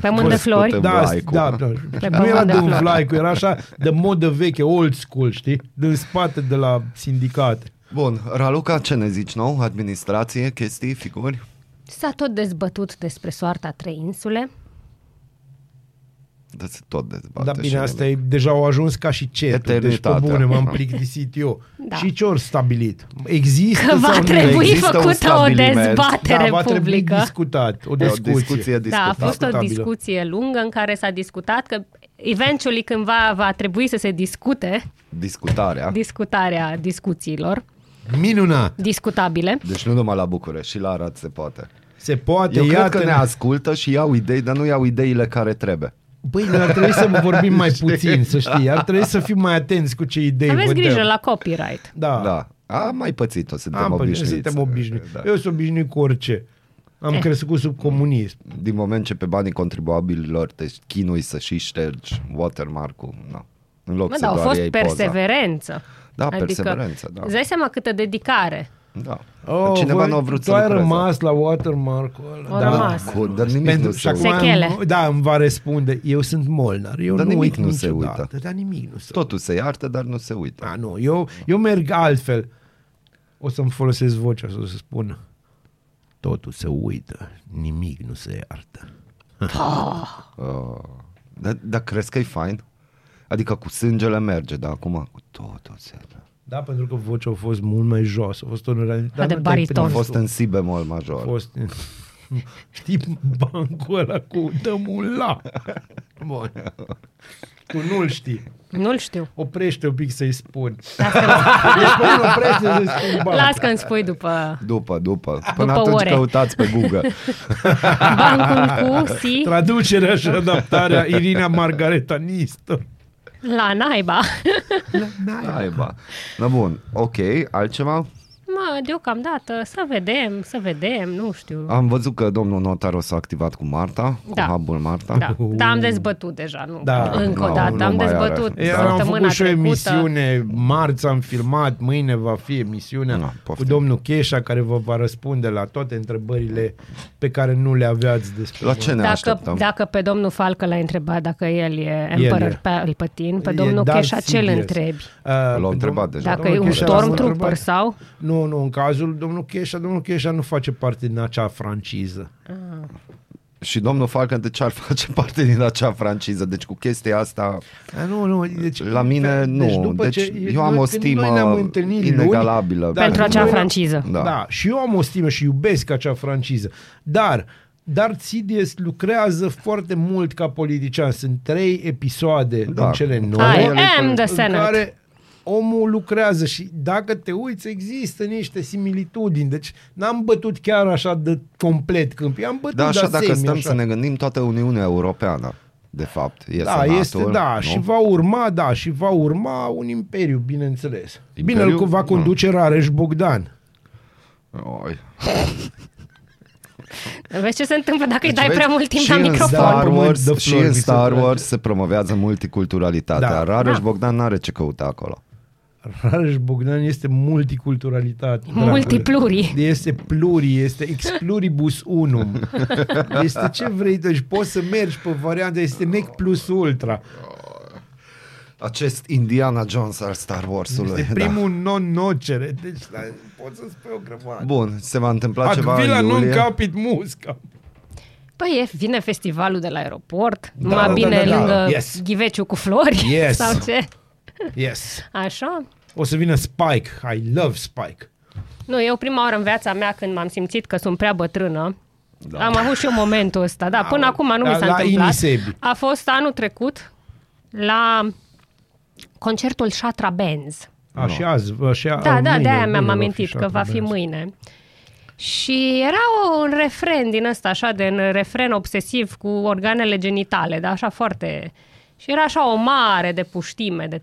[SPEAKER 5] Pământ de flori.
[SPEAKER 2] Da,
[SPEAKER 1] Vlaicu.
[SPEAKER 2] da, da. Nu
[SPEAKER 5] pământ
[SPEAKER 2] era
[SPEAKER 5] de
[SPEAKER 2] de un
[SPEAKER 5] flori.
[SPEAKER 2] vlaicu, era așa de modă veche, old school, știi? Din spate de la sindicat.
[SPEAKER 1] Bun, Raluca, ce ne zici nou? Administrație, chestii, figuri?
[SPEAKER 5] S-a tot dezbătut despre soarta a trei insule.
[SPEAKER 1] Da, se tot dezbate.
[SPEAKER 2] Dar
[SPEAKER 1] și
[SPEAKER 2] bine, asta
[SPEAKER 1] ele.
[SPEAKER 2] e, deja au ajuns ca și certul. Deci, pe
[SPEAKER 1] Eternitatea.
[SPEAKER 2] bune, m-am plictisit eu.
[SPEAKER 5] Da.
[SPEAKER 2] Și ce ori stabilit? Există
[SPEAKER 5] Că va
[SPEAKER 2] sau nu
[SPEAKER 5] trebui
[SPEAKER 1] există un
[SPEAKER 5] făcută o
[SPEAKER 1] stabiliment.
[SPEAKER 5] dezbatere
[SPEAKER 2] va trebui
[SPEAKER 5] publică.
[SPEAKER 2] discutat, o
[SPEAKER 1] E o
[SPEAKER 2] discuție.
[SPEAKER 1] discuție
[SPEAKER 5] Da, a
[SPEAKER 1] discutată.
[SPEAKER 5] fost o
[SPEAKER 2] Discutabilă.
[SPEAKER 5] discuție lungă în care s-a discutat că eventually cândva va trebui să se discute
[SPEAKER 1] Discutarea.
[SPEAKER 5] discutarea discuțiilor
[SPEAKER 2] Minunat!
[SPEAKER 5] discutabile.
[SPEAKER 1] Deci nu numai la București, și la Arad se poate.
[SPEAKER 2] Se poate,
[SPEAKER 1] Eu
[SPEAKER 2] iată...
[SPEAKER 1] cred că ne ascultă și iau idei, dar nu iau ideile care trebuie.
[SPEAKER 2] Băi, noi ar trebui să vorbim mai puțin, să știi. Ar trebui să fim mai atenți cu ce idei
[SPEAKER 5] Aveți
[SPEAKER 2] vă
[SPEAKER 5] grijă
[SPEAKER 2] dăm.
[SPEAKER 5] la copyright.
[SPEAKER 2] Da.
[SPEAKER 1] Da. A mai pățit-o, suntem
[SPEAKER 2] Am pățit,
[SPEAKER 1] obișnuiți.
[SPEAKER 2] suntem obișnuiți.
[SPEAKER 1] Da.
[SPEAKER 2] Eu sunt obișnuit cu orice. Am
[SPEAKER 5] Eh.
[SPEAKER 2] crescut sub comunism.
[SPEAKER 1] Din moment ce pe banii contribuabililor te chinui să și ștergi watermark-ul, no. în loc
[SPEAKER 5] Mă,
[SPEAKER 1] să
[SPEAKER 5] dar a
[SPEAKER 1] doar
[SPEAKER 5] da, fost
[SPEAKER 1] iei
[SPEAKER 5] perseverență. Adică
[SPEAKER 1] Da, perseverență, da.
[SPEAKER 5] Îți dai seama câtă dedicare.
[SPEAKER 1] Poza. Da. Cineva nu a vrut
[SPEAKER 2] Oh, tu
[SPEAKER 1] să
[SPEAKER 2] ai
[SPEAKER 1] lucreze.
[SPEAKER 2] rămas la watermark-ul ăla.
[SPEAKER 5] Au
[SPEAKER 2] Da.
[SPEAKER 5] rămas.
[SPEAKER 1] Cu, dar nimic nu
[SPEAKER 2] și
[SPEAKER 1] se
[SPEAKER 2] acum
[SPEAKER 1] acum...
[SPEAKER 5] Sechele.
[SPEAKER 2] îmi- Da, îmi va răspunde. Eu sunt Molnar. Eu
[SPEAKER 1] Dar
[SPEAKER 2] nu
[SPEAKER 1] nimic
[SPEAKER 2] uit
[SPEAKER 1] nu se
[SPEAKER 2] niciodată,
[SPEAKER 1] uită.
[SPEAKER 2] Dar nimic nu se
[SPEAKER 1] Totul se iartă, dar nu se uită.
[SPEAKER 2] A, nu, eu, eu merg altfel. O să-mi folosesc vocea să o să spun totul se uită, nimic nu se iartă. Da.
[SPEAKER 1] Uh, dar, dar crezi că e fain? Adică cu sângele merge, dar acum cu totul se...
[SPEAKER 2] Da, pentru că vocea a fost mult mai jos, a fost Da, un
[SPEAKER 5] de bariton.
[SPEAKER 1] A fost în si bemol major.
[SPEAKER 2] A fost... Știi, bancul ăla cu dăm un la. Bun. Tu nu-l știi.
[SPEAKER 5] Nu-l știu.
[SPEAKER 2] Oprește un pic să-i spun. Deci, mă, nu oprește să-i spun banc.
[SPEAKER 5] Las că îmi spui după
[SPEAKER 1] După, după. Până
[SPEAKER 5] După
[SPEAKER 1] atunci
[SPEAKER 5] ore.
[SPEAKER 1] căutați pe Google.
[SPEAKER 5] bancul cu si
[SPEAKER 2] Traducerea și adaptarea Irina Margareta Nistor.
[SPEAKER 5] la naiba. Da.
[SPEAKER 1] Naiba. Na bun, ok, altceva?
[SPEAKER 5] Mă, deocamdată, să vedem, să vedem, nu știu.
[SPEAKER 1] Am văzut că domnul notar s-a activat cu Marta,
[SPEAKER 5] Da.
[SPEAKER 1] cu hubul Marta.
[SPEAKER 5] Da, dar am dezbătut deja, nu?
[SPEAKER 2] Da.
[SPEAKER 5] Încă o
[SPEAKER 1] Nu,
[SPEAKER 5] dată,
[SPEAKER 1] nu
[SPEAKER 5] am
[SPEAKER 1] mai are.
[SPEAKER 5] dezbătut
[SPEAKER 1] Eu
[SPEAKER 2] Eu
[SPEAKER 1] Da.
[SPEAKER 2] am
[SPEAKER 5] săptămâna
[SPEAKER 2] făcut și o
[SPEAKER 5] trecută.
[SPEAKER 2] emisiune, marți am filmat, mâine va fi emisiunea
[SPEAKER 1] Na,
[SPEAKER 2] cu
[SPEAKER 1] Da, poftim.
[SPEAKER 2] domnul Cheșa care vă va răspunde la toate întrebările pe care nu le aveați despre
[SPEAKER 1] La ce ne
[SPEAKER 5] Dacă, da.
[SPEAKER 1] așteptăm?
[SPEAKER 5] dacă pe domnul Falcă l-a întrebat dacă el e
[SPEAKER 2] e.
[SPEAKER 5] Emperor Palpatine, pe
[SPEAKER 2] E
[SPEAKER 5] domnul
[SPEAKER 2] Darth
[SPEAKER 5] Cheșa ce îl
[SPEAKER 2] Sidious.
[SPEAKER 5] întrebi?
[SPEAKER 2] Uh, pe
[SPEAKER 1] întrebat
[SPEAKER 2] domn-
[SPEAKER 1] deja.
[SPEAKER 5] Dacă
[SPEAKER 2] domnul
[SPEAKER 5] e un
[SPEAKER 2] Cheșa l-am
[SPEAKER 5] stormtrooper
[SPEAKER 2] întrebat.
[SPEAKER 5] sau...
[SPEAKER 2] Nu, nu, în cazul domnul Cheșa, domnul Cheșa nu face parte din acea franciză.
[SPEAKER 1] Și domnul Falcăn de ce ar face parte din acea franciză? Deci cu chestia asta,
[SPEAKER 2] A, nu, nu, deci,
[SPEAKER 1] La mine nu. Deci eu am
[SPEAKER 2] noi-
[SPEAKER 1] o
[SPEAKER 2] când
[SPEAKER 1] stimă
[SPEAKER 2] noi ne-am întâlnit
[SPEAKER 1] inegalabilă
[SPEAKER 2] luni,
[SPEAKER 5] Pentru
[SPEAKER 2] da,
[SPEAKER 5] acea
[SPEAKER 2] noi ne-am-
[SPEAKER 5] franciză.
[SPEAKER 1] Da.
[SPEAKER 2] Da. da. Și eu am o stimă și iubesc acea franciză. Dar Darth Sidious lucrează foarte mult ca politician. Sunt trei episoade
[SPEAKER 1] Da.
[SPEAKER 2] da. în cele nouă.
[SPEAKER 5] I
[SPEAKER 1] el e
[SPEAKER 5] am the
[SPEAKER 2] în
[SPEAKER 5] Senate.
[SPEAKER 2] care omul lucrează și dacă te uiți există niște similitudini. Deci n-am bătut chiar așa de complet câmpii. Am bătut
[SPEAKER 1] da, așa
[SPEAKER 2] de
[SPEAKER 1] dacă
[SPEAKER 2] semi,
[SPEAKER 1] stăm
[SPEAKER 2] așa.
[SPEAKER 1] să ne gândim, toată Uniunea Europeană, de fapt, e
[SPEAKER 2] da,
[SPEAKER 1] senatul,
[SPEAKER 2] este, da,
[SPEAKER 1] nu?
[SPEAKER 2] și va urma, da, și va urma un imperiu, bineînțeles.
[SPEAKER 1] Imperiu?
[SPEAKER 2] Bine, îl va conduce Rareș Bogdan.
[SPEAKER 1] Oi.
[SPEAKER 5] Vezi ce se întâmplă dacă îi
[SPEAKER 1] Deci
[SPEAKER 5] dai
[SPEAKER 1] vezi,
[SPEAKER 5] prea mult timp
[SPEAKER 1] și
[SPEAKER 5] la
[SPEAKER 1] în
[SPEAKER 5] microfon.
[SPEAKER 1] Star
[SPEAKER 2] Pământ
[SPEAKER 1] Wars,
[SPEAKER 2] de
[SPEAKER 1] și
[SPEAKER 2] flori,
[SPEAKER 1] în
[SPEAKER 2] mi se
[SPEAKER 1] Star
[SPEAKER 2] place.
[SPEAKER 1] Wars se promovează multiculturalitatea.
[SPEAKER 2] Da.
[SPEAKER 1] Rareș
[SPEAKER 5] Da.
[SPEAKER 1] Bogdan n-are ce căuta acolo.
[SPEAKER 2] Rareș Bogdan este multiculturalitate. dragule.
[SPEAKER 5] Multipluri.
[SPEAKER 2] Este pluri, este ex pluribus unum. Este ce vrei, deci poți să mergi pe varianta, este nec plus ultra.
[SPEAKER 1] Acest Indiana Jones al Star Wars-ului.
[SPEAKER 2] Este primul non-nocere, deci da, poți să spui o
[SPEAKER 1] da.
[SPEAKER 2] grămadă.
[SPEAKER 1] Bun, se va întâmpla
[SPEAKER 2] Ad
[SPEAKER 1] ceva în
[SPEAKER 2] vila non
[SPEAKER 1] iulie.
[SPEAKER 2] capit musca.
[SPEAKER 5] Păi e, vine festivalul de la aeroport, da,
[SPEAKER 2] da,
[SPEAKER 5] mai
[SPEAKER 2] da,
[SPEAKER 5] bine
[SPEAKER 2] da, da.
[SPEAKER 5] lângă
[SPEAKER 2] Yes.
[SPEAKER 5] ghiveciu cu flori
[SPEAKER 2] Yes.
[SPEAKER 5] sau ce.
[SPEAKER 2] Yes.
[SPEAKER 5] Așa?
[SPEAKER 2] O să vină Spike, I love Spike.
[SPEAKER 5] Nu, eu prima oară în viața mea când m-am simțit că sunt prea bătrână,
[SPEAKER 1] Da.
[SPEAKER 5] da. am avut și eu momentul ăsta, da, până acum nu
[SPEAKER 2] la-
[SPEAKER 5] mi s-a
[SPEAKER 2] la
[SPEAKER 5] întâmplat.
[SPEAKER 2] Inisebi.
[SPEAKER 5] A fost anul trecut la concertul Shatra Benz.
[SPEAKER 2] A, și azi, a, și a,
[SPEAKER 5] Da, da,
[SPEAKER 2] Ah, mâine,
[SPEAKER 5] de-aia
[SPEAKER 2] mâine
[SPEAKER 5] mi-am
[SPEAKER 2] va fi
[SPEAKER 5] amintit că
[SPEAKER 2] șapte
[SPEAKER 5] va fi
[SPEAKER 2] băieți.
[SPEAKER 5] mâine. Și era un refren din ăsta, așa, de un refren obsesiv cu organele genitale, dar așa foarte... Și era așa o mare de puștime de 13-14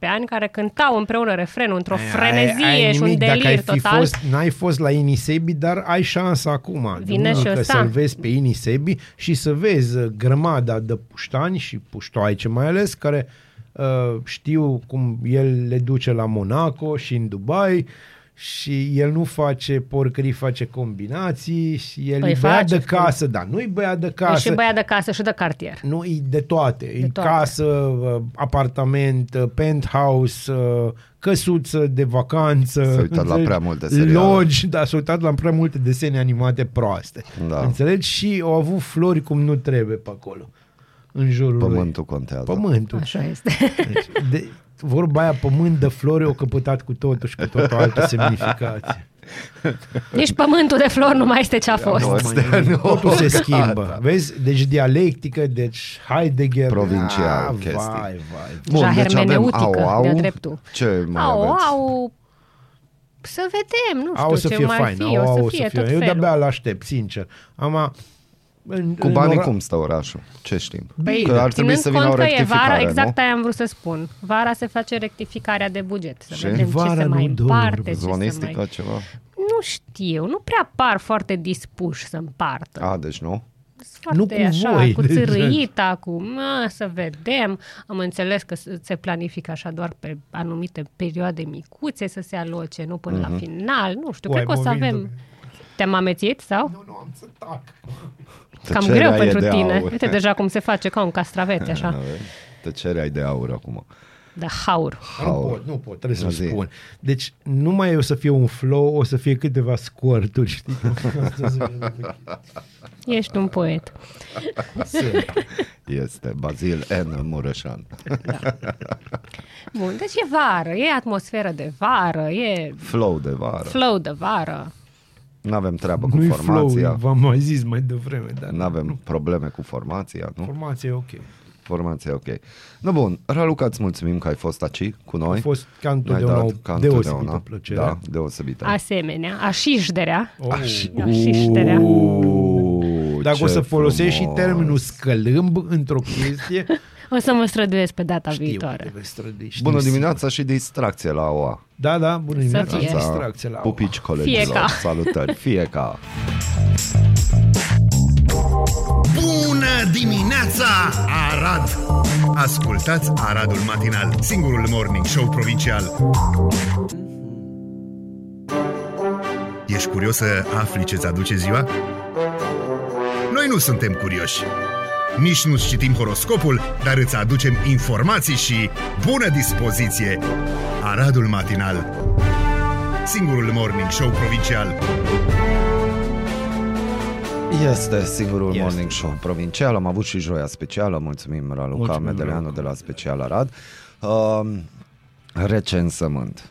[SPEAKER 5] ani care cântau împreună refrenul într-o
[SPEAKER 2] Ai-
[SPEAKER 5] frenezie
[SPEAKER 2] ai
[SPEAKER 5] și un
[SPEAKER 2] nimic,
[SPEAKER 5] delir
[SPEAKER 2] dacă ai fi
[SPEAKER 5] total.
[SPEAKER 2] Fost, n-ai fost la Inisebi, dar ai șansa acum.
[SPEAKER 5] Vine
[SPEAKER 2] Duminică,
[SPEAKER 5] și ăsta.
[SPEAKER 2] Să-l vezi pe Inisebi și să vezi uh, grămada de puștani și puștoaice mai ales, care uh, știu cum el le duce la Monaco și în Dubai și el nu face porcării, face combinații și el
[SPEAKER 5] Păi
[SPEAKER 2] e băiat
[SPEAKER 5] face, Deci
[SPEAKER 2] de casă, dar nu-i băiat de
[SPEAKER 5] E
[SPEAKER 2] casă.
[SPEAKER 5] și băiat de casă și de cartier.
[SPEAKER 2] Nu, e de toate. De e
[SPEAKER 5] toate.
[SPEAKER 2] casă, uh, apartament, uh, penthouse, uh, căsuță de vacanță.
[SPEAKER 1] S-a uitat la
[SPEAKER 2] înțelegi?
[SPEAKER 1] prea multe seriale.
[SPEAKER 2] Lodge, da, s-a uitat la prea multe desene animate proaste.
[SPEAKER 1] Da.
[SPEAKER 2] Înțelegi? Și au avut flori cum nu trebuie pe acolo. În jurul
[SPEAKER 1] Pământul
[SPEAKER 2] lui.
[SPEAKER 1] contează.
[SPEAKER 2] Pământul.
[SPEAKER 5] Așa este.
[SPEAKER 2] Deci, de, vorba aia, pământ de flori, o căpătat cu totul și cu totul altă semnificație.
[SPEAKER 5] Nici pământul de flori nu mai este ce a
[SPEAKER 1] Nu,
[SPEAKER 5] fost.
[SPEAKER 1] astea nu.
[SPEAKER 2] Totul se schimbă. Vezi? Deci dialectică, deci Heidegger.
[SPEAKER 1] Provincial,
[SPEAKER 2] Ah,
[SPEAKER 1] chestii.
[SPEAKER 2] Vai, vai,
[SPEAKER 5] Deja
[SPEAKER 1] deci avem
[SPEAKER 5] hermeneutică,
[SPEAKER 1] au, au.
[SPEAKER 5] de-a dreptul.
[SPEAKER 1] Ce mai
[SPEAKER 5] au,
[SPEAKER 1] aveți?
[SPEAKER 5] au, să vedem, nu știu
[SPEAKER 2] Au să
[SPEAKER 5] ce
[SPEAKER 2] fie
[SPEAKER 5] mai
[SPEAKER 2] fain,
[SPEAKER 5] fi,
[SPEAKER 2] au,
[SPEAKER 5] o
[SPEAKER 2] au,
[SPEAKER 5] să fie tot
[SPEAKER 2] Eu
[SPEAKER 5] felul.
[SPEAKER 2] de-abia îl aștept, sincer. Am a... în,
[SPEAKER 1] Cu
[SPEAKER 2] în
[SPEAKER 1] banii
[SPEAKER 2] ora-
[SPEAKER 1] cum stă orașul? Ce știm?
[SPEAKER 5] Păi,
[SPEAKER 1] că ar trebui
[SPEAKER 5] ținând
[SPEAKER 1] să vină o
[SPEAKER 5] cont că e
[SPEAKER 1] rectificare,
[SPEAKER 5] vara, exact
[SPEAKER 1] nu?
[SPEAKER 5] aia am vrut să spun. Vara se face rectificarea de buget. Să
[SPEAKER 1] Și?
[SPEAKER 5] vedem ce
[SPEAKER 2] Vara
[SPEAKER 5] se
[SPEAKER 2] nu,
[SPEAKER 5] mai
[SPEAKER 2] domnule,
[SPEAKER 5] împarte, ce se
[SPEAKER 1] Zvonistică,
[SPEAKER 5] mai...
[SPEAKER 1] ceva?
[SPEAKER 5] Nu știu, nu prea par foarte dispuși să împartă.
[SPEAKER 1] A, deci nu?
[SPEAKER 5] Sunt foarte
[SPEAKER 2] nu cu
[SPEAKER 5] așa,
[SPEAKER 2] voi,
[SPEAKER 5] cu
[SPEAKER 2] deci-
[SPEAKER 5] țârâita, cu mă, să vedem. Am înțeles că se se planifică așa doar pe anumite perioade micuțe să se aloce, nu până la final. Nu știu,
[SPEAKER 2] Uai,
[SPEAKER 5] cred că o să
[SPEAKER 2] mă vin,
[SPEAKER 5] avem...
[SPEAKER 2] Mhm. domnule.
[SPEAKER 5] Te-am amețit sau?
[SPEAKER 2] Nu, nu, am să tac.
[SPEAKER 5] Cam
[SPEAKER 1] Tăcerea
[SPEAKER 5] greu
[SPEAKER 1] e
[SPEAKER 5] pentru
[SPEAKER 1] de
[SPEAKER 5] tine.
[SPEAKER 1] aur.
[SPEAKER 5] Uite deja cum se face ca un castraveț, așa.
[SPEAKER 1] Tăcerea e de aur acum.
[SPEAKER 5] De haur.
[SPEAKER 2] Nu
[SPEAKER 1] Haur.
[SPEAKER 2] pot, nu pot, trebuie să-mi
[SPEAKER 1] Zi.
[SPEAKER 2] spun. Deci nu mai o să fie un flow, o să fie câteva scorturi, știi?
[SPEAKER 5] Ești un poet.
[SPEAKER 1] Este Bazil N. Mureșan.
[SPEAKER 5] Bun, deci e vară, e atmosferă de vară, e
[SPEAKER 1] Flow de vară.
[SPEAKER 5] flow de vară.
[SPEAKER 1] Nu avem treabă cu
[SPEAKER 2] Nu-i flow,
[SPEAKER 1] formația.
[SPEAKER 2] v-am mai zis mai devreme, dar
[SPEAKER 1] Nu Ah, avem probleme cu formația, nu?
[SPEAKER 2] formația e ok.
[SPEAKER 1] Formația e ok. No bun, Raluca, îți mulțumim că ai fost aici cu noi.
[SPEAKER 2] A fost ca
[SPEAKER 1] Ne-ai
[SPEAKER 2] întotdeauna
[SPEAKER 1] dat
[SPEAKER 2] o
[SPEAKER 1] ca întotdeauna.
[SPEAKER 2] deosebită plăcere.
[SPEAKER 1] Da, deosebită.
[SPEAKER 5] Asemenea, așișderea.
[SPEAKER 2] Oh.
[SPEAKER 5] Așișderea.
[SPEAKER 1] Uuu,
[SPEAKER 2] Dacă o
[SPEAKER 1] ce
[SPEAKER 2] să folosești
[SPEAKER 1] frumos.
[SPEAKER 2] și termenul scălâmb într-o chestie,
[SPEAKER 5] O să mă străduiesc pe data
[SPEAKER 2] știu că te
[SPEAKER 5] viitoare.
[SPEAKER 2] vei strădui. știu
[SPEAKER 1] Bună
[SPEAKER 2] sigur.
[SPEAKER 1] dimineața și distracție la OA.
[SPEAKER 2] Da, da, bună dimineața.
[SPEAKER 5] fie.
[SPEAKER 2] Distracție la oa.
[SPEAKER 1] Pupici colegilor.
[SPEAKER 5] Fie ca.
[SPEAKER 1] Salutări. Fie ca.
[SPEAKER 4] Bună dimineața, Arad! Ascultați Aradul Matinal, singurul morning show provincial. Ești curios să afli ce-ți aduce ziua? Noi nu suntem curioși. Nici nu citim horoscopul, dar îți aducem informații și bună dispoziție! Aradul Matinal, singurul morning show provincial.
[SPEAKER 1] Este singurul
[SPEAKER 2] Este.
[SPEAKER 1] morning show provincial. Am avut și joia specială. Mulțumim, Raluca
[SPEAKER 2] Mulțumim,
[SPEAKER 1] Medeleanu
[SPEAKER 2] Raluca.
[SPEAKER 1] de la Special Arad. Uh, recensământ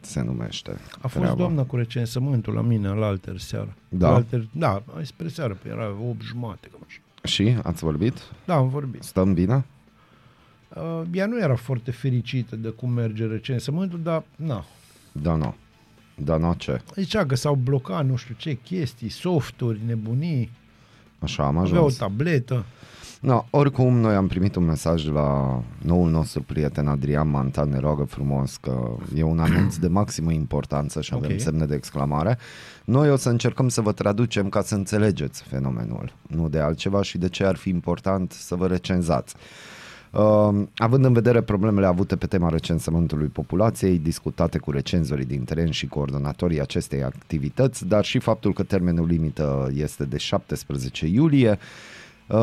[SPEAKER 1] se numește.
[SPEAKER 2] A fost Treaba. doamna cu recensământul la mine, la alter seară.
[SPEAKER 1] Da?
[SPEAKER 2] La alter, da, spre seară, pe era 8 jumate, cam așa.
[SPEAKER 1] Și ați vorbit?
[SPEAKER 2] Da, am vorbit.
[SPEAKER 1] Stăm bine?
[SPEAKER 2] Uh, ea nu era foarte fericită de cum merge recensământul, dar, na,
[SPEAKER 1] Da, nu. Da, nu ce?
[SPEAKER 2] zicea că s-au blocat nu știu ce chestii, softuri, nebunii,
[SPEAKER 1] Așa am
[SPEAKER 2] avea o
[SPEAKER 1] ajuns.
[SPEAKER 2] tabletă.
[SPEAKER 1] No, Da, oricum, noi am primit un mesaj de la noul nostru prieten Adrian Mantan, ne roagă frumos că e un anunț de maximă importanță și avem
[SPEAKER 2] Ok.
[SPEAKER 1] semne de exclamare. Noi o să încercăm să vă traducem ca să înțelegeți fenomenul, nu de altceva și de ce ar fi important să vă recenzați. Uh, având în vedere problemele avute pe tema recensământului populației, discutate cu recenzorii din teren și coordonatorii acestei activități, dar și faptul că termenul limită este de 17 iulie, ehm,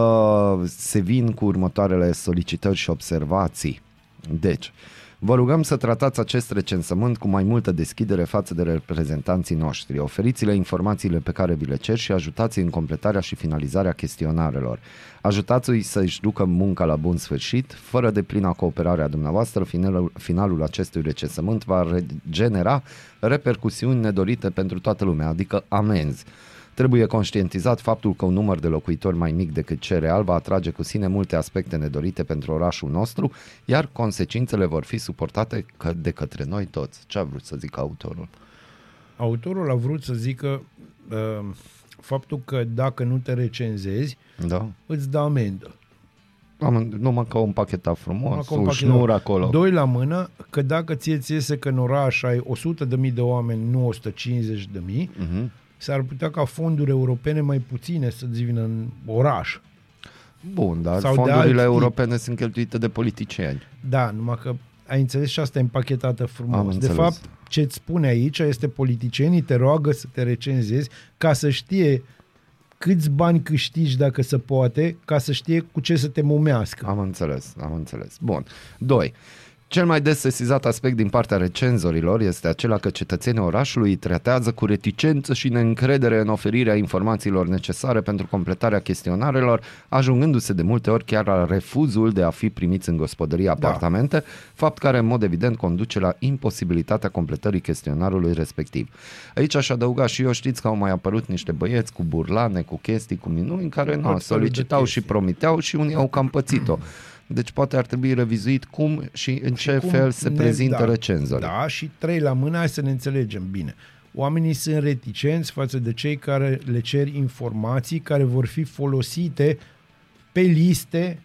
[SPEAKER 1] uh, se vin cu următoarele solicitări și observații. Deci, Vă rugăm să tratați acest recensământ cu mai multă deschidere față de reprezentanții noștri. Oferiți-le informațiile pe care vi le cer și ajutați-i în completarea și finalizarea chestionarelor. Ajutați-i să-și ducă munca la bun sfârșit. Fără de plina cooperare a dumneavoastră, finalul, finalul acestui recensământ va genera repercusiuni nedorite pentru toată lumea, adică amenzi. Trebuie conștientizat faptul că un număr de locuitori mai mic decât cel real va atrage cu sine multe aspecte nedorite pentru orașul nostru, iar consecințele vor fi suportate că de către noi toți. Ce a vrut să zică autorul?
[SPEAKER 2] Autorul a vrut să zică uh, faptul că dacă nu te recenzezi,
[SPEAKER 1] Da.
[SPEAKER 2] îți dă amendă.
[SPEAKER 1] Am, numai că o împachetat frumos,
[SPEAKER 2] Acum,
[SPEAKER 1] o
[SPEAKER 2] pachetul.
[SPEAKER 1] șnură acolo.
[SPEAKER 2] Doi la mână, că dacă ție ți iese că în oraș ai 100.000 de oameni, nu 150.000,
[SPEAKER 1] Mhm.
[SPEAKER 2] s-ar putea ca fonduri europene mai puține să-ți vină în oraș.
[SPEAKER 1] Bun, dar
[SPEAKER 2] Sau de alt
[SPEAKER 1] fondurile
[SPEAKER 2] tip.
[SPEAKER 1] europene sunt cheltuite de politicieni.
[SPEAKER 2] Da, numai că ai înțeles și asta e împachetată frumos.
[SPEAKER 1] Am
[SPEAKER 2] de
[SPEAKER 1] înțeles.
[SPEAKER 2] fapt, ce îți spune aici este politicienii te roagă să te recenzezi ca să știe câți bani câștigi dacă se poate, ca să știe cu ce să te mumească.
[SPEAKER 1] Am înțeles, am înțeles. Bun. 2. Cel mai des sesizat aspect din partea recenzorilor este acela că cetățenii orașului îi tratează cu reticență și neîncredere în oferirea informațiilor necesare pentru completarea chestionarelor, ajungându-se de multe ori chiar la refuzul de a fi primiți în gospodărie apartamente, fapt care în mod evident conduce la imposibilitatea completării chestionarului respectiv. Aici aș adăuga și eu, știți că au mai apărut niște băieți cu burlane, cu chestii, cu minuni, care
[SPEAKER 2] fel
[SPEAKER 1] nu,
[SPEAKER 2] de
[SPEAKER 1] Ah, solicitau și
[SPEAKER 2] chestii.
[SPEAKER 1] promiteau și unii au cam pățit-o. Deci poate ar trebui revizuit cum și în ce
[SPEAKER 2] cum
[SPEAKER 1] fel se
[SPEAKER 2] ne-
[SPEAKER 1] prezintă
[SPEAKER 2] da,
[SPEAKER 1] recenzorii.
[SPEAKER 2] Da, și trei la mână, hai să ne înțelegem bine. Oamenii sunt reticenți față de cei care le cer informații care vor fi folosite pe liste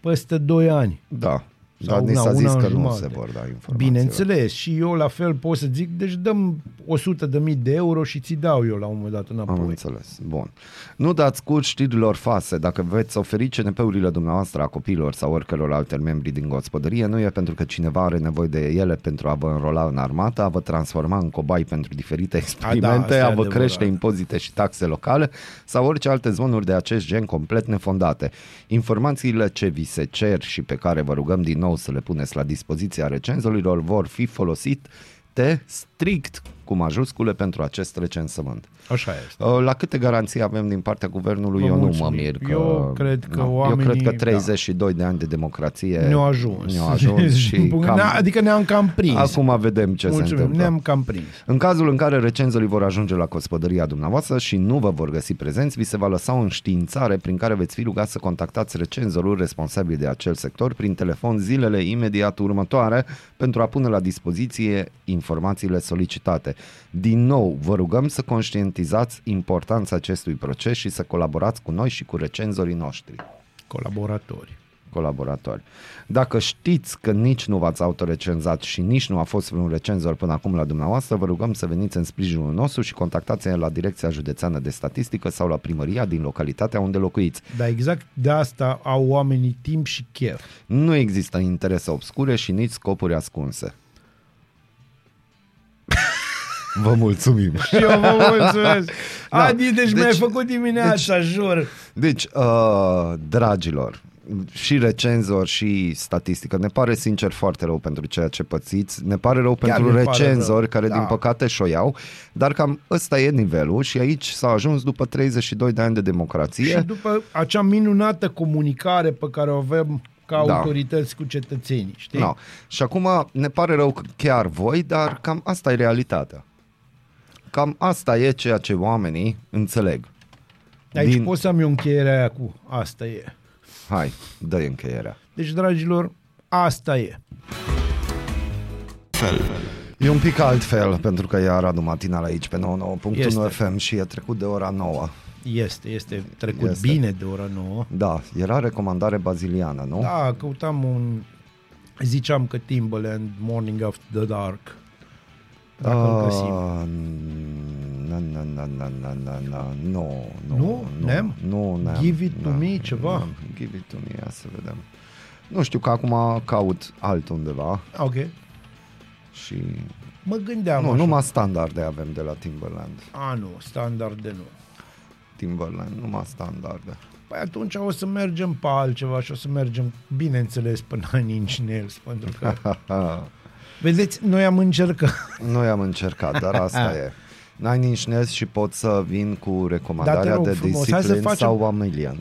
[SPEAKER 2] peste 2 ani.
[SPEAKER 1] Da.
[SPEAKER 2] Sau
[SPEAKER 1] Dar ni
[SPEAKER 2] una,
[SPEAKER 1] s-a zis
[SPEAKER 2] una
[SPEAKER 1] că nu
[SPEAKER 2] jumate.
[SPEAKER 1] se vor da informații.
[SPEAKER 2] Bineînțeles, și eu la fel pot să zic, deci dăm 100 de mii de euro și ți dau eu la un moment dat
[SPEAKER 1] Am
[SPEAKER 2] înapoi.
[SPEAKER 1] înțeles. Bun. Nu dați curs știrilor false. Dacă veți oferi CNP-urile dumneavoastră a copiilor sau oricăror alte membri din gospodărie, nu e pentru că cineva are nevoie de ele pentru a vă înrola în armată, a vă transforma în cobai pentru diferite experimente,
[SPEAKER 2] da, asta e
[SPEAKER 1] a, vă
[SPEAKER 2] adevărat.
[SPEAKER 1] crește impozite și taxe locale sau orice alte zvonuri de acest gen complet nefondate. Informațiile ce vi se cer și pe care vă rugăm din nou să le puneți la dispoziția recenzorilor vor fi folosite strict cu majuscule pentru acest recensământ.
[SPEAKER 2] Așa da. este.
[SPEAKER 1] Uh, La câte garanții avem din partea guvernului,
[SPEAKER 2] Vă
[SPEAKER 1] eu nu mă
[SPEAKER 2] mulțumim.
[SPEAKER 1] mir. Că,
[SPEAKER 2] Eu cred că
[SPEAKER 1] na, Eu
[SPEAKER 2] oamenii,
[SPEAKER 1] cred că
[SPEAKER 2] da.
[SPEAKER 1] 32 de ani de democrație
[SPEAKER 2] Ne-au ajuns.
[SPEAKER 1] Ne-au ajuns și cam,
[SPEAKER 2] Ne-a- adică ne-am cam prins.
[SPEAKER 1] acum vedem ce se
[SPEAKER 2] Mulțumim,
[SPEAKER 1] întâmplă.
[SPEAKER 2] ne-am cam prins.
[SPEAKER 1] În cazul în care recenzorii vor ajunge la gospodăria dumneavoastră și nu vă vor găsi prezenți, vi se va lăsa o înștiințare prin care veți fi rugați să contactați recenzorul responsabil de acel sector prin telefon zilele imediat următoare pentru a pune la dispoziție informațiile solicitate. Din nou, vă rugăm să conștientizați importanța acestui proces și să colaborați cu noi și cu recenzorii noștri
[SPEAKER 2] Colaboratori.
[SPEAKER 1] colaboratori. Dacă știți că nici nu v-ați autorecenzat și nici nu a fost vreun recenzor până acum la dumneavoastră, vă rugăm să veniți în sprijinul nostru și contactați-ne la Direcția Județeană de Statistică sau la primăria din localitatea unde locuiți.
[SPEAKER 2] Dar exact de asta au oamenii timp și chef.
[SPEAKER 1] Nu există interese obscure și nici scopuri ascunse. Vă mulțumim!
[SPEAKER 2] Și eu vă mulțumesc.
[SPEAKER 1] Da.
[SPEAKER 2] Adi, deci,
[SPEAKER 1] Deci-
[SPEAKER 2] mi-ai făcut dimineața, jur.
[SPEAKER 1] Deci, uh, dragilor, și recenzor și statistică. Ne pare sincer foarte rău pentru ceea ce pățiți, ne pare rău
[SPEAKER 2] Chiar
[SPEAKER 1] pentru
[SPEAKER 2] ne pare
[SPEAKER 1] recenzori
[SPEAKER 2] rău,
[SPEAKER 1] care
[SPEAKER 2] da.
[SPEAKER 1] din păcate șoiau, dar cam ăsta e nivelul și aici s-a ajuns după 32 de ani de democrație.
[SPEAKER 2] Și după acea minunată comunicare pe care o avem ca
[SPEAKER 1] Da.
[SPEAKER 2] autorități cu cetățenii, știi?
[SPEAKER 1] No. Și acum ne pare rău că chiar voi, dar cam asta e realitatea. Cam asta e ceea ce oamenii înțeleg.
[SPEAKER 2] Aici
[SPEAKER 1] Din-
[SPEAKER 2] pot să am eu încheierea aia cu asta e.
[SPEAKER 1] Hai, dă-i încheierea.
[SPEAKER 2] Deci, dragilor, asta e.
[SPEAKER 1] E un pic altfel, pentru că e Aradu Matinal aici pe 99.1
[SPEAKER 2] Este.
[SPEAKER 1] FM și e trecut de ora 9.
[SPEAKER 2] Este, este trecut
[SPEAKER 1] Este.
[SPEAKER 2] este. bine de ora nouă.
[SPEAKER 1] Da, era recomandare baziliană, nu?
[SPEAKER 2] Da, căutam un... Ziceam că Timbaland, Morning After the Dark. Dacă îl găsim.
[SPEAKER 1] Ah, Na, na, na, na, na, na, na, nu, nu,
[SPEAKER 2] Nu? Nem?
[SPEAKER 1] nu, nem,
[SPEAKER 2] Give it to
[SPEAKER 1] nem,
[SPEAKER 2] me, ceva?
[SPEAKER 1] nem. Give it to me, ia să vedem. Nu știu, că acum caut altundeva
[SPEAKER 2] Ok.
[SPEAKER 1] și...
[SPEAKER 2] Mă gândeam
[SPEAKER 1] nu,
[SPEAKER 2] așa.
[SPEAKER 1] numai standarde avem de la Timberland.
[SPEAKER 2] A, nu, standard de nu.
[SPEAKER 1] Timberland, numai standarde.
[SPEAKER 2] Păi atunci o să mergem pe altceva și o să mergem, bineînțeles, până în inci nails, pentru că
[SPEAKER 1] Ha, ha.
[SPEAKER 2] Da. Vedeți, noi am încercat.
[SPEAKER 1] Noi am încercat, dar asta e. N-ai nici nervi și pot să vin cu recomandarea
[SPEAKER 2] rog
[SPEAKER 1] de
[SPEAKER 2] frumos, hai să
[SPEAKER 1] disciplin
[SPEAKER 2] facem-
[SPEAKER 1] sau Amelian.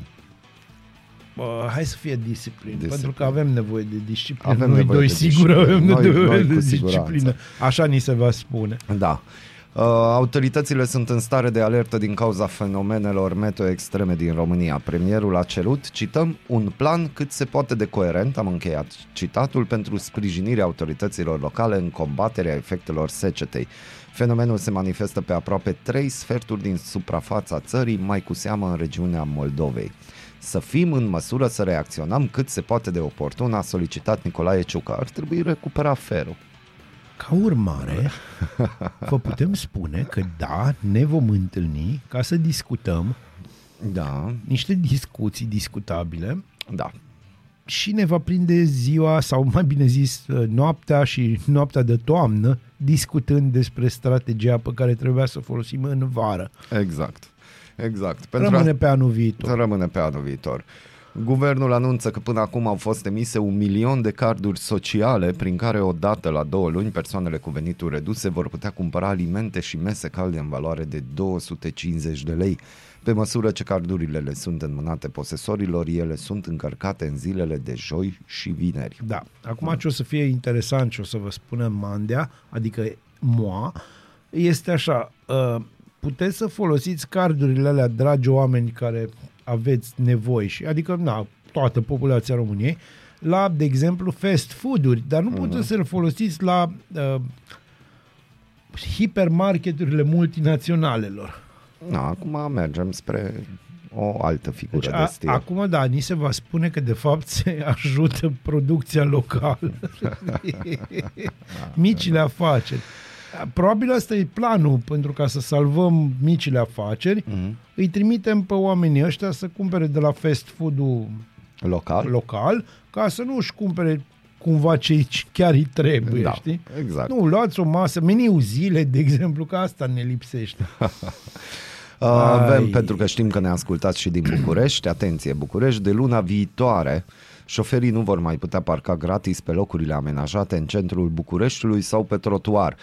[SPEAKER 2] Bă, hai să fie disciplină,
[SPEAKER 1] Disciplină.
[SPEAKER 2] pentru că avem nevoie de disciplină.
[SPEAKER 1] Avem
[SPEAKER 2] Avem noi
[SPEAKER 1] nevoie
[SPEAKER 2] doi
[SPEAKER 1] de
[SPEAKER 2] sigur
[SPEAKER 1] disciplină.
[SPEAKER 2] avem
[SPEAKER 1] Noi-
[SPEAKER 2] nevoie
[SPEAKER 1] noi
[SPEAKER 2] de
[SPEAKER 1] cu
[SPEAKER 2] disciplină.
[SPEAKER 1] siguranță.
[SPEAKER 2] Așa ni se va spune.
[SPEAKER 1] Da. Uh, Autoritățile sunt în stare de alertă din cauza fenomenelor meteo extreme din România. Premierul a cerut, cităm, un plan cât se poate de coerent, am încheiat citatul, pentru sprijinirea autorităților locale în combaterea efectelor secetei. Fenomenul se manifestă pe aproape trei sferturi din suprafața țării, mai cu seamă în regiunea Moldovei. Să fim în măsură să reacționăm cât se poate de oportun, a solicitat Nicolae Ciucă. Ar trebui recupera ferul.
[SPEAKER 2] Ca urmare, vă putem spune că da, ne vom întâlni ca să discutăm
[SPEAKER 1] Da,
[SPEAKER 2] niște discuții discutabile
[SPEAKER 1] da,
[SPEAKER 2] și ne va prinde ziua, sau mai bine zis, uh, noaptea și noaptea de toamnă, discutând despre strategia pe care trebuia să o folosim în vară.
[SPEAKER 1] Exact. Exact. Pentru
[SPEAKER 2] Rămâne pe anul viitor.
[SPEAKER 1] a... rămâne pe anul viitor. Guvernul anunță că până acum au fost emise un milion de carduri sociale prin care odată la două luni persoanele cu venituri reduse vor putea cumpăra alimente și mese calde în valoare de 250 de lei. Pe măsură ce cardurile le sunt înmânate posesorilor, ele sunt încărcate în zilele de joi și vineri.
[SPEAKER 2] Da. Acum ce o să fie interesant ce o să vă spună Mandea, adică moa, este așa, uh, puteți să folosiți cardurile alea, dragi oameni care aveți nevoi și, adică, na, toată populația României, la, de exemplu, fast food-uri, dar nu puteți să le folosiți la uh, hipermarketurile multinaționalelor.
[SPEAKER 1] Na, acum mergem spre o altă figură
[SPEAKER 2] Deci,
[SPEAKER 1] de
[SPEAKER 2] a,
[SPEAKER 1] stil.
[SPEAKER 2] acum, da, ni se va spune că, de fapt, se ajută producția locală. micile afaceri. Probabil asta e planul, pentru ca să salvăm micile afaceri,
[SPEAKER 1] Mhm.
[SPEAKER 2] mm-hmm. îi trimitem pe oamenii ăștia să cumpere de la fast food-ul
[SPEAKER 1] Local?
[SPEAKER 2] local, ca să nu își cumpere cumva ce chiar îi trebuie,
[SPEAKER 1] Da,
[SPEAKER 2] știi?
[SPEAKER 1] exact.
[SPEAKER 2] Nu, luați o masă, meniu zile, de exemplu, că asta ne lipsește.
[SPEAKER 1] Uh, Avem,
[SPEAKER 2] Ai.
[SPEAKER 1] pentru că știm că ne ascultați și din București, atenție București, de luna viitoare șoferii nu vor mai putea parca gratis pe locurile amenajate în centrul Bucureștiului sau pe trotuar.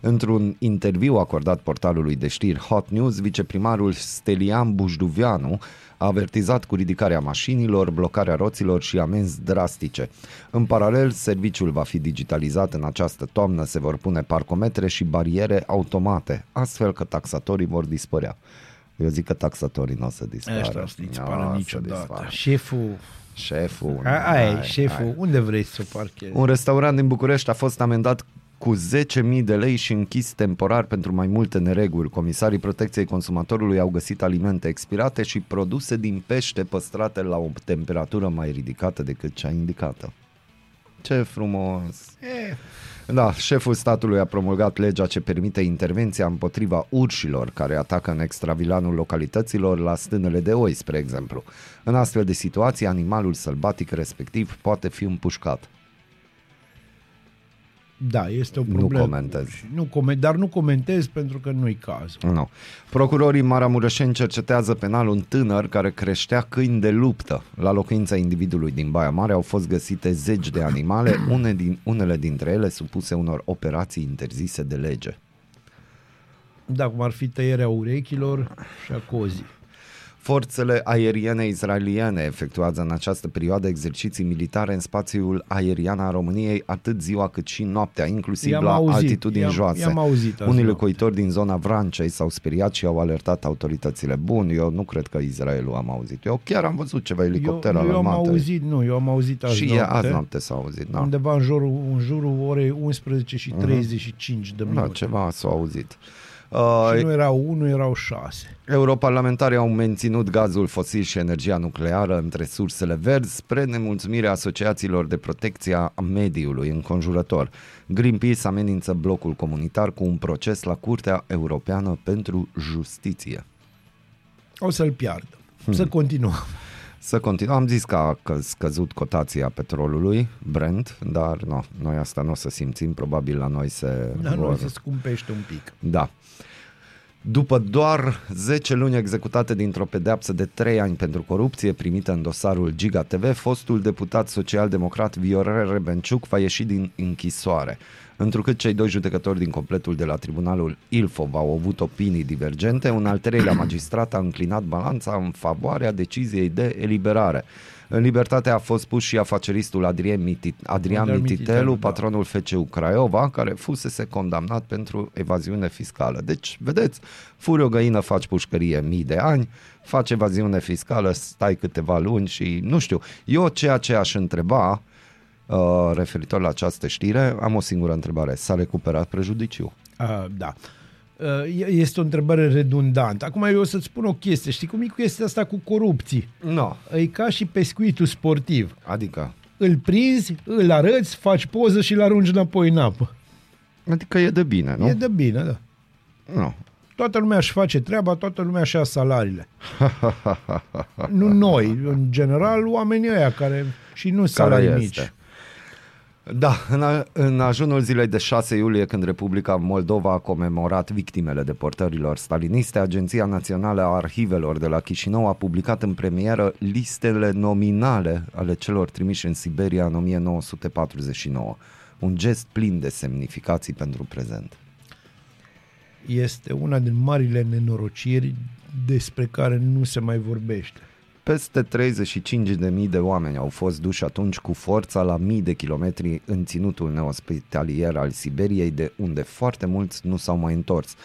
[SPEAKER 1] Într-un interviu acordat portalului de știri Hot News, viceprimarul Stelian Bujduvianu a avertizat cu ridicarea mașinilor, blocarea roților și amenzi drastice. În paralel, serviciul va fi digitalizat în această toamnă, se vor pune parcometre și bariere automate, astfel că taxatorii vor dispărea. Eu zic că taxatorii nu o să dispară.
[SPEAKER 2] Ăștia o să
[SPEAKER 1] Nu o
[SPEAKER 2] dispară
[SPEAKER 1] să
[SPEAKER 2] niciodată.
[SPEAKER 1] dispară.
[SPEAKER 2] Șeful...
[SPEAKER 1] Șeful.
[SPEAKER 2] A, aia e,
[SPEAKER 1] ai,
[SPEAKER 2] șeful, unde vrei să o parchezi?
[SPEAKER 1] un restaurant din București a fost amendat cu 10.000 de lei și închis temporar pentru mai multe nereguli. Comisarii Protecției Consumatorului au găsit alimente expirate și produse din pește păstrate la o temperatură mai ridicată decât cea indicată. Ce frumos! Da, șeful statului a promulgat legea ce permite intervenția împotriva urșilor care atacă în extravilanul localităților la stânele de oi, spre exemplu. În astfel de situații, animalul sălbatic respectiv poate fi împușcat.
[SPEAKER 2] Da, este o
[SPEAKER 1] Nu
[SPEAKER 2] problemă.
[SPEAKER 1] comentez.
[SPEAKER 2] Nu comen- dar nu comentez pentru că nu-i cazul.
[SPEAKER 1] Nu. Procurorii Maramureșeni cercetează penal un tânăr care creștea câini de luptă. La locuința individului din Baia Mare au fost găsite zeci de animale, une din, unele dintre ele supuse unor operații interzise de lege.
[SPEAKER 2] Da, cum ar fi tăierea urechilor și a cozii.
[SPEAKER 1] Forțele aeriene izraeliene efectuează în această perioadă exerciții militare în spațiul aerian al României atât ziua cât și noaptea, inclusiv
[SPEAKER 2] I-am
[SPEAKER 1] la
[SPEAKER 2] auzit,
[SPEAKER 1] altitudini
[SPEAKER 2] i-am-
[SPEAKER 1] joase.
[SPEAKER 2] i-am auzit azi
[SPEAKER 1] Unii
[SPEAKER 2] noapte.
[SPEAKER 1] locuitori din zona Vrancei s-au speriat și au alertat autoritățile. Bun, eu nu cred că Israelul am auzit. Eu chiar am văzut ceva
[SPEAKER 2] Eu,
[SPEAKER 1] elicopter al
[SPEAKER 2] eu am
[SPEAKER 1] armatei.
[SPEAKER 2] auzit, nu, eu am auzit azi
[SPEAKER 1] Și e-
[SPEAKER 2] noapte,
[SPEAKER 1] azi noapte s-a auzit. Da.
[SPEAKER 2] undeva în jurul, în jurul orei 11 și 35 de
[SPEAKER 1] Da,
[SPEAKER 2] minute.
[SPEAKER 1] ceva s-a auzit. Uh,
[SPEAKER 2] Și nu erau 1, erau 6.
[SPEAKER 1] Europarlamentarii au menținut gazul fosil și energia nucleară între sursele verzi spre nemulțumirea asociațiilor de protecție a mediului înconjurător. Greenpeace amenință blocul comunitar cu un proces la Curtea Europeană pentru Justiție.
[SPEAKER 2] O să-l piardă.
[SPEAKER 1] Hmm.
[SPEAKER 2] Să continuăm.
[SPEAKER 1] Să continuăm, am zis că a că- scăzut cotația petrolului, Brent, dar nu, noi asta nu o să simțim, probabil la noi se
[SPEAKER 2] Dar
[SPEAKER 1] vor-
[SPEAKER 2] nu se scumpește un pic.
[SPEAKER 1] Da. după doar 10 luni executate dintr-o pedeapsă de 3 ani pentru corupție primită în dosarul Giga TV, fostul deputat social-democrat Viorel Rebenciuc va ieși din închisoare. Întrucât cei doi judecători din completul de la tribunalul Ilfov au avut opinii divergente, un al treilea magistrat a înclinat balanța în favoarea deciziei de eliberare. În libertate a fost pus și afaceristul Adrien, Mitit- Adrian
[SPEAKER 2] Adrian Mititelu,
[SPEAKER 1] Mititelu,
[SPEAKER 2] da.
[SPEAKER 1] patronul FCU Craiova, care fusese condamnat pentru evaziune fiscală. Deci, vedeți, furi o găină, faci pușcărie mii de ani, faci evaziune fiscală, stai câteva luni și nu știu. Eu ceea ce aș întreba uh, referitor la această știre, am o singură întrebare. S-a recuperat prejudiciu?
[SPEAKER 2] A, da. A, e- Este o întrebare redundantă. Acum eu o să-ți spun o chestie. Știi cum e cu chestia asta cu corupții?
[SPEAKER 1] Nu. No.
[SPEAKER 2] E ca și pescuitul sportiv.
[SPEAKER 1] Adică?
[SPEAKER 2] Îl prinzi, îl arăți, faci poză și îl arunci înapoi în apă.
[SPEAKER 1] Adică e de bine, nu?
[SPEAKER 2] E de bine, da.
[SPEAKER 1] Nu.
[SPEAKER 2] Toată lumea își face treaba, toată lumea își ia salariile. nu noi, în general, oamenii ăia care și nu salarii
[SPEAKER 1] este.
[SPEAKER 2] mici.
[SPEAKER 1] Da, în, a, în ajunul zilei de 6 iulie, când Republica Moldova a comemorat victimele deportărilor staliniste, Agenția Națională a Arhivelor de la Chișinău a publicat în premieră listele nominale ale celor trimiși în Siberia în 1949. Un gest plin de semnificații pentru prezent.
[SPEAKER 2] Este una din marile nenorociri despre care nu se mai vorbește.
[SPEAKER 1] Peste 35.000 de oameni au fost duși atunci cu forța la mii de kilometri în ținutul neospitalier al Siberiei, de unde foarte mulți nu s-au mai întors.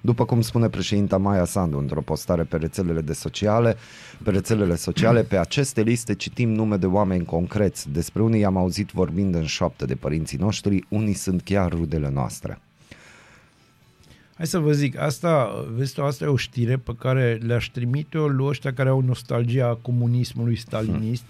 [SPEAKER 1] După cum spune președinta Maia Sandu într-o postare pe rețelele, de sociale, pe rețelele sociale, pe aceste liste citim nume de oameni concreți. Despre unii am auzit vorbind în șoaptă de părinții noștri, unii sunt chiar rudele noastre.
[SPEAKER 2] Hai să vă zic, asta, vezi tu, asta e o știre pe care le-aș trimite-o lui ăștia care au nostalgia comunismului stalinist,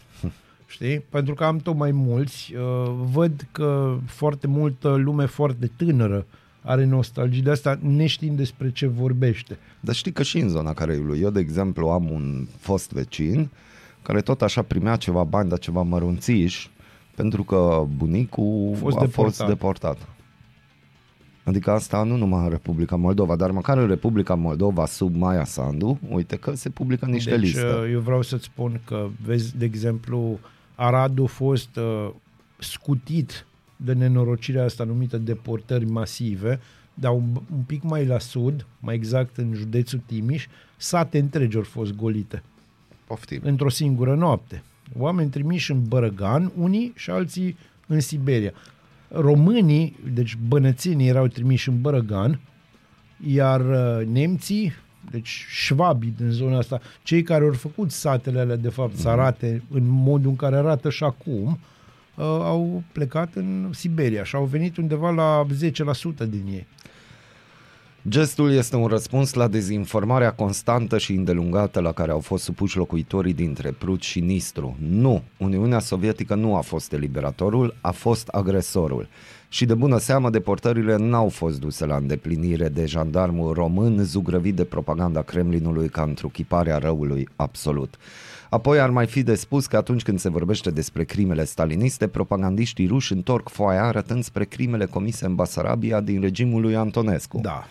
[SPEAKER 2] știi? Pentru că am tot mai mulți. uh, Văd că foarte multă lume foarte tânără are nostalgie de asta, neștiind despre ce vorbește.
[SPEAKER 1] Dar știi că și în zona Careiului, eu de exemplu am un fost vecin care tot așa primea ceva bani, dar ceva mărunțiși, pentru că bunicul a
[SPEAKER 2] Fost
[SPEAKER 1] fost, a deportat. fost
[SPEAKER 2] deportat.
[SPEAKER 1] deportat. Adică asta nu numai în Republica Moldova, dar măcar în Republica Moldova, sub Maia Sandu, uite că se publică niște deci,
[SPEAKER 2] deci,
[SPEAKER 1] liste.
[SPEAKER 2] uh, eu vreau să-ți spun că, vezi, de exemplu, Aradu a fost uh, scutit de nenorocirea asta numită deportări masive, dar un, un pic mai la sud, mai exact în județul Timiș, sate întregi au fost golite
[SPEAKER 1] Poftim.
[SPEAKER 2] într-o singură noapte. Oameni trimiși în Bărăgan, unii și alții în Siberia. Românii, deci bănățenii erau trimiși în Bărăgan, iar uh, nemții, deci șvabii din zona asta, cei care au făcut satele alea de fapt să arate în modul în care arată și acum, uh, au plecat în Siberia și au venit undeva la 10% din ei.
[SPEAKER 1] Gestul este un răspuns la dezinformarea constantă și îndelungată la care au fost supuși locuitorii dintre Prut și Nistru. Nu, Uniunea Sovietică nu a fost eliberatorul, a fost agresorul. Și de bună seamă, deportările n-au fost duse la îndeplinire de jandarmul român zugrăvit de propaganda Kremlinului ca întruchiparea răului absolut. Apoi ar mai fi de spus că atunci când se vorbește despre crimele staliniste, propagandiștii ruși întorc foaia arătând spre crimele comise în Basarabia din regimul lui Antonescu.
[SPEAKER 2] Da.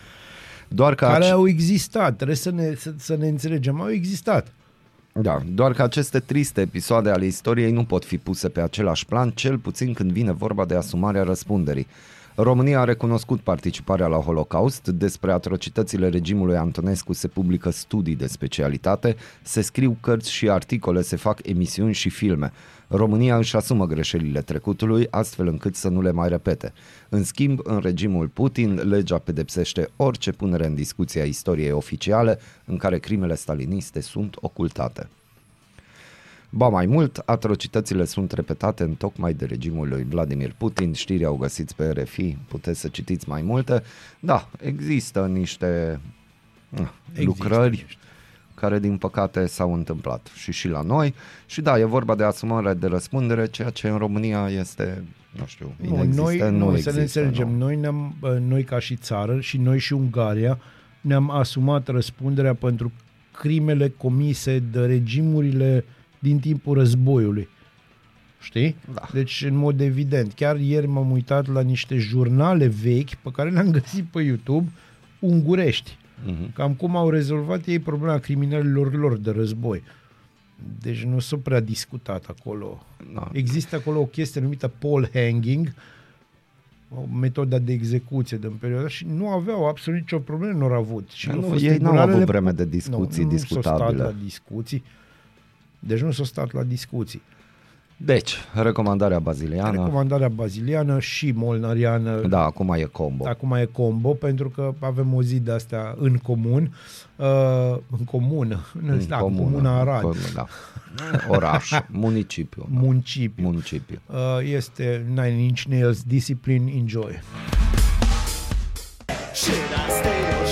[SPEAKER 1] Doar că,
[SPEAKER 2] Care
[SPEAKER 1] ace-
[SPEAKER 2] au existat, trebuie să ne, să, să ne înțelegem, au existat.
[SPEAKER 1] da, doar că aceste triste episoade ale istoriei nu pot fi puse pe același plan, cel puțin când vine vorba de asumarea răspunderii. România a recunoscut participarea la Holocaust, despre atrocitățile regimului Antonescu se publică studii de specialitate, se scriu cărți și articole, se fac emisiuni și filme. România își asumă greșelile trecutului, astfel încât să nu le mai repete. În schimb, în regimul Putin, legea pedepsește orice punere în discuție a istoriei oficiale în care crimele staliniste sunt ocultate. Ba mai mult, atrocitățile sunt repetate în tocmai de regimul lui Vladimir Putin, știri au găsit pe RFI, puteți să citiți mai multe. Da, există niște na, lucrări care din păcate s-au întâmplat și și la noi și da, e vorba de asumare de răspundere, ceea ce în România este, nu știu,
[SPEAKER 2] Nu, noi,
[SPEAKER 1] inexistent, nu
[SPEAKER 2] nu, să
[SPEAKER 1] există.
[SPEAKER 2] ne înțelegem,
[SPEAKER 1] nu.
[SPEAKER 2] noi, ne-am, noi ca și țară și noi și Ungaria ne-am asumat răspunderea pentru crimele comise de regimurile din timpul războiului. Știi?
[SPEAKER 1] Da.
[SPEAKER 2] Deci, în mod evident, chiar ieri m-am uitat la niște jurnale vechi pe care le-am găsit pe YouTube ungurești.
[SPEAKER 1] Mhm.
[SPEAKER 2] Uh-huh. Cam cum au rezolvat ei problema criminalilor lor de război. Deci nu s-a prea discutat acolo.
[SPEAKER 1] Da.
[SPEAKER 2] Există acolo o chestie numită pole hanging, o metodă de execuție din perioada și nu aveau absolut nicio problemă, nu au avut. Și
[SPEAKER 1] Nu,
[SPEAKER 2] au fost
[SPEAKER 1] ei n-au
[SPEAKER 2] tribunalele-
[SPEAKER 1] avut vreme de discuții
[SPEAKER 2] nu, nu S-au
[SPEAKER 1] discutabile.
[SPEAKER 2] stat la discuții. Deci nu s-au stat la discuții.
[SPEAKER 1] Deci, recomandarea baziliană.
[SPEAKER 2] Recomandarea baziliană și molnariană
[SPEAKER 1] Da, acum e combo. Da.
[SPEAKER 2] Acum e combo pentru că avem o zi de astea în comun, uh, în comună, în, în da, comună, comuna Arad,
[SPEAKER 1] Com, da. Oraș, municipiu. Da.
[SPEAKER 2] municipiu.
[SPEAKER 1] Municipiu.
[SPEAKER 2] Uh, este Nine Inch Nails, Discipline, Enjoy.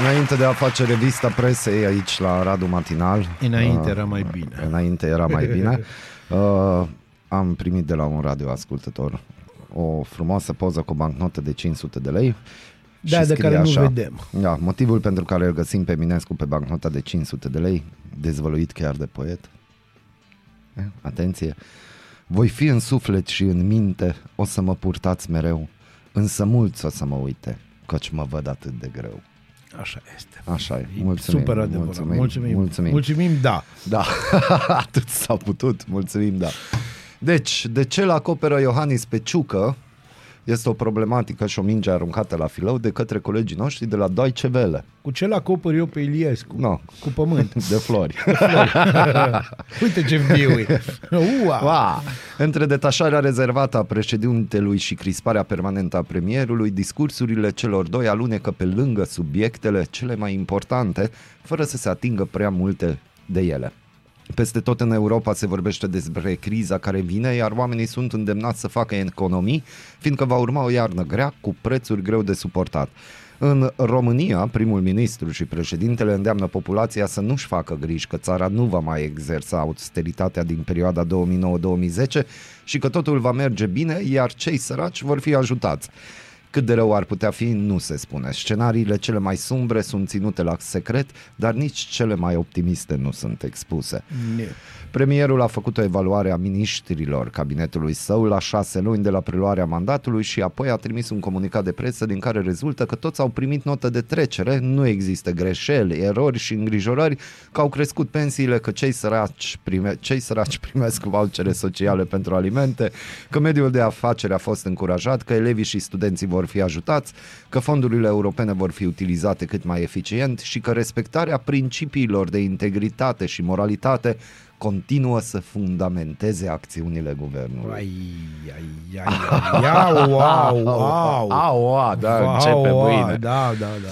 [SPEAKER 1] Înainte de a face revista presei aici la Radu Matinal.
[SPEAKER 2] Înainte
[SPEAKER 1] uh,
[SPEAKER 2] era mai bine.
[SPEAKER 1] Înainte era mai bine. Uh, am primit de la un radioascultător o frumoasă poză cu o bancnotă de 500 de lei.
[SPEAKER 2] Da,
[SPEAKER 1] și
[SPEAKER 2] de
[SPEAKER 1] scrie
[SPEAKER 2] care nu
[SPEAKER 1] așa,
[SPEAKER 2] vedem.
[SPEAKER 1] Da, motivul pentru care îl găsim pe Minescu pe bancnota de 500 de lei, dezvăluit chiar de poet. Eh, Atenție! Voi fi în suflet și în minte, o să mă purtați mereu, însă mulți o să mă uite, căci mă văd atât de greu.
[SPEAKER 2] Așa este.
[SPEAKER 1] Așa e. Mulțumim.
[SPEAKER 2] Super adevărat.
[SPEAKER 1] Mulțumim.
[SPEAKER 2] Mulțumim.
[SPEAKER 1] Mulțumim.
[SPEAKER 2] Mulțumim da.
[SPEAKER 1] Da, atât s-a putut. Mulțumim, da. Deci, de ce îl acoperă Iohannis pe ciucă? Este o problematică și o minge aruncată la filou de către colegii noștri de la Deutsche Welle.
[SPEAKER 2] Cu ce l-acopăr eu pe Iliescu?
[SPEAKER 1] No.
[SPEAKER 2] Cu pământ.
[SPEAKER 1] De flori.
[SPEAKER 2] Uite ce viu e. Ua!
[SPEAKER 1] Wow. Între detașarea rezervată a președintelui și crisparea permanentă a premierului, discursurile celor doi alunecă pe lângă subiectele cele mai importante, fără să se atingă prea multe de ele. Peste tot în Europa se vorbește despre criza care vine, iar oamenii sunt îndemnați să facă economii, fiindcă va urma o iarnă grea cu prețuri greu de suportat. În România, primul ministru și președintele îndeamnă populația să nu-și facă griji că țara nu va mai exersa austeritatea din perioada 2009-2010 și că totul va merge bine, iar cei săraci vor fi ajutați. Cât de rău ar putea fi, nu se spune. Scenariile cele mai sumbre sunt ținute la secret, dar nici cele mai optimiste nu sunt expuse.
[SPEAKER 2] Nu.
[SPEAKER 1] Premierul a făcut o evaluare a miniștrilor cabinetului său la șase luni de la preluarea mandatului și apoi a trimis un comunicat de presă din care rezultă că toți au primit notă de trecere, nu există greșeli, erori și îngrijorări, că au crescut pensiile, că cei săraci, prime, cei săraci primesc vouchere sociale pentru alimente, că mediul de afaceri a fost încurajat, că elevii și studenții vor fi ajutați, că fondurile europene vor fi utilizate cât mai eficient și că respectarea principiilor de integritate și moralitate continuă să fundamenteze acțiunile guvernului.
[SPEAKER 2] Ai, ai, ai, ai, ai, wow, wow.
[SPEAKER 1] Aua, da, începe
[SPEAKER 2] Wow,
[SPEAKER 1] mâine.
[SPEAKER 2] Da, da, da.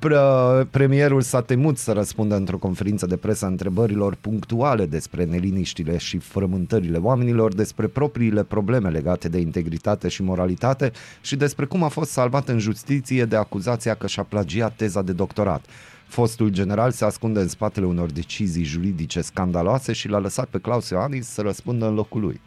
[SPEAKER 1] Pre- Premierul s-a temut să răspundă într-o conferință de presă întrebărilor punctuale despre neliniștile și frământările oamenilor, despre propriile probleme legate de integritate și moralitate și despre cum a fost salvat în justiție de acuzația că și-a plagiat teza de doctorat. Fostul general se ascunde în spatele unor decizii juridice scandaloase și l-a lăsat pe Claus Ioanis să răspundă în locul lui.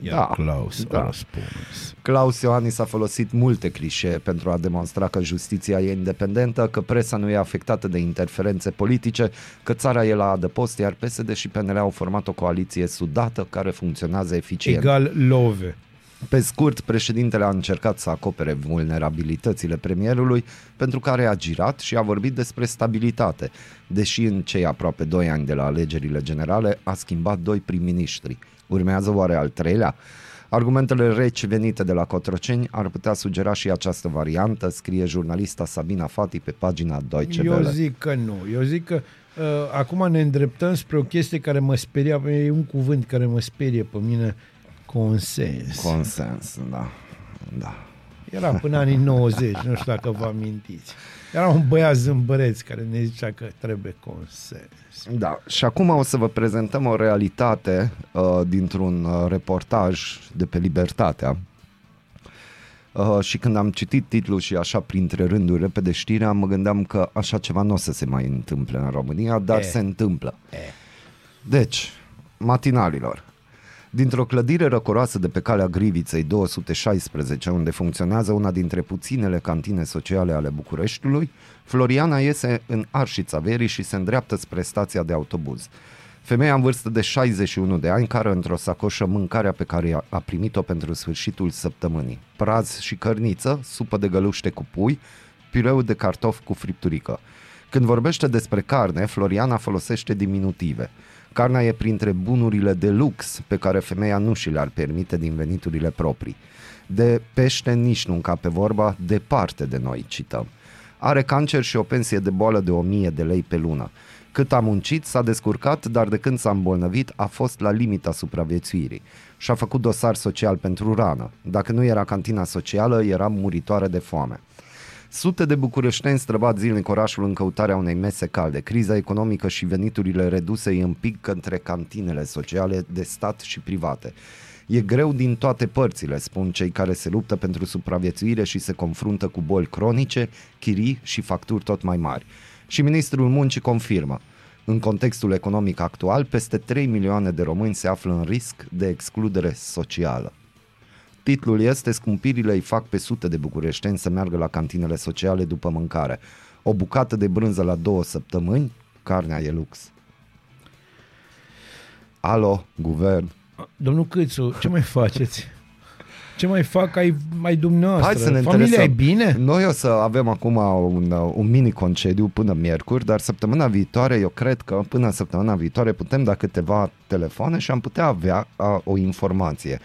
[SPEAKER 2] Iar
[SPEAKER 1] Da,
[SPEAKER 2] Claus
[SPEAKER 1] da.
[SPEAKER 2] a răspuns.
[SPEAKER 1] Claus Iohannis a folosit multe clișee pentru a demonstra că justiția e independentă, că presa nu e afectată de interferențe politice, că țara e la adăpost, iar PSD și PNL au format o coaliție sudată care funcționează eficient.
[SPEAKER 2] Egal love.
[SPEAKER 1] Pe scurt, președintele a încercat să acopere vulnerabilitățile premierului, pentru care a girat și a vorbit despre stabilitate, deși în cei aproape 2 ani de la alegerile generale a schimbat doi prim-ministri. Urmează oare al treilea? Argumentele reci venite de la Cotroceni ar putea sugera și această variantă, scrie jurnalista Sabina Fati pe pagina Deutsche
[SPEAKER 2] Eu
[SPEAKER 1] Welle.
[SPEAKER 2] zic că nu. Eu zic că uh, acum ne îndreptăm spre o chestie care mă speria, e un cuvânt care mă sperie pe mine, consens. Con-
[SPEAKER 1] Consens, da. da.
[SPEAKER 2] Era până anii 90, nu știu dacă vă amintiți. Era un băiat zâmbăreț care ne zicea că trebuie consens.
[SPEAKER 1] Da, și acum o să vă prezentăm o realitate uh, dintr-un uh, reportaj de pe Libertatea. Uh, și când am citit titlul și așa printre rânduri repede știrea, mă gândeam că așa ceva nu o să se mai întâmple în România, dar
[SPEAKER 2] E.
[SPEAKER 1] e. se întâmplă. E. Deci, matinalilor. Dintr-o clădire răcoroasă de pe calea Griviței 216, unde funcționează una dintre puținele cantine sociale ale Bucureștiului, Floriana iese în arșița verii și se îndreaptă spre stația de autobuz. Femeia în vârstă de 61 de ani care într-o sacoșă mâncarea pe care i-a- a primit-o pentru sfârșitul săptămânii. Praz și cărniță, supă de găluște cu pui, pireu de cartofi cu fripturică. Când vorbește despre carne, Floriana folosește diminutive. Carnea e printre bunurile de lux pe care femeia nu și le-ar permite din veniturile proprii. De pește nici nu încape vorba, departe de noi, cităm. Are cancer și o pensie de boală de 1000 de lei pe lună. Cât a muncit, s-a descurcat, dar de când s-a îmbolnăvit, a fost la limita supraviețuirii. Și-a făcut dosar social pentru rană. Dacă nu era cantina socială, era muritoare de foame. Sute de bucureșteni străbat zilnic orașul în căutarea unei mese calde. Criza economică și veniturile reduse îi împing către cantinele sociale de stat și private. E greu din toate părțile, spun cei care se luptă pentru supraviețuire și se confruntă cu boli cronice, chirii și facturi tot mai mari. Și ministrul muncii confirmă. În contextul economic actual, peste 3 milioane de români se află în risc de excludere socială. Titlul este Scumpirile îi fac pe sute de bucureșteni să meargă la cantinele sociale după mâncare. O bucată de brânză la două săptămâni, carnea e lux. Alo, guvern.
[SPEAKER 2] Domnul Câțu, ce mai faceți? Ce mai fac ai, ai dumneavoastră?
[SPEAKER 1] Hai să ne
[SPEAKER 2] Familia e
[SPEAKER 1] interesăm.
[SPEAKER 2] bine?
[SPEAKER 1] Noi o să avem acum un, uh, un mini concediu până miercuri, dar săptămâna viitoare, eu cred că până săptămâna viitoare putem da câteva telefoane și am putea avea a, o informație.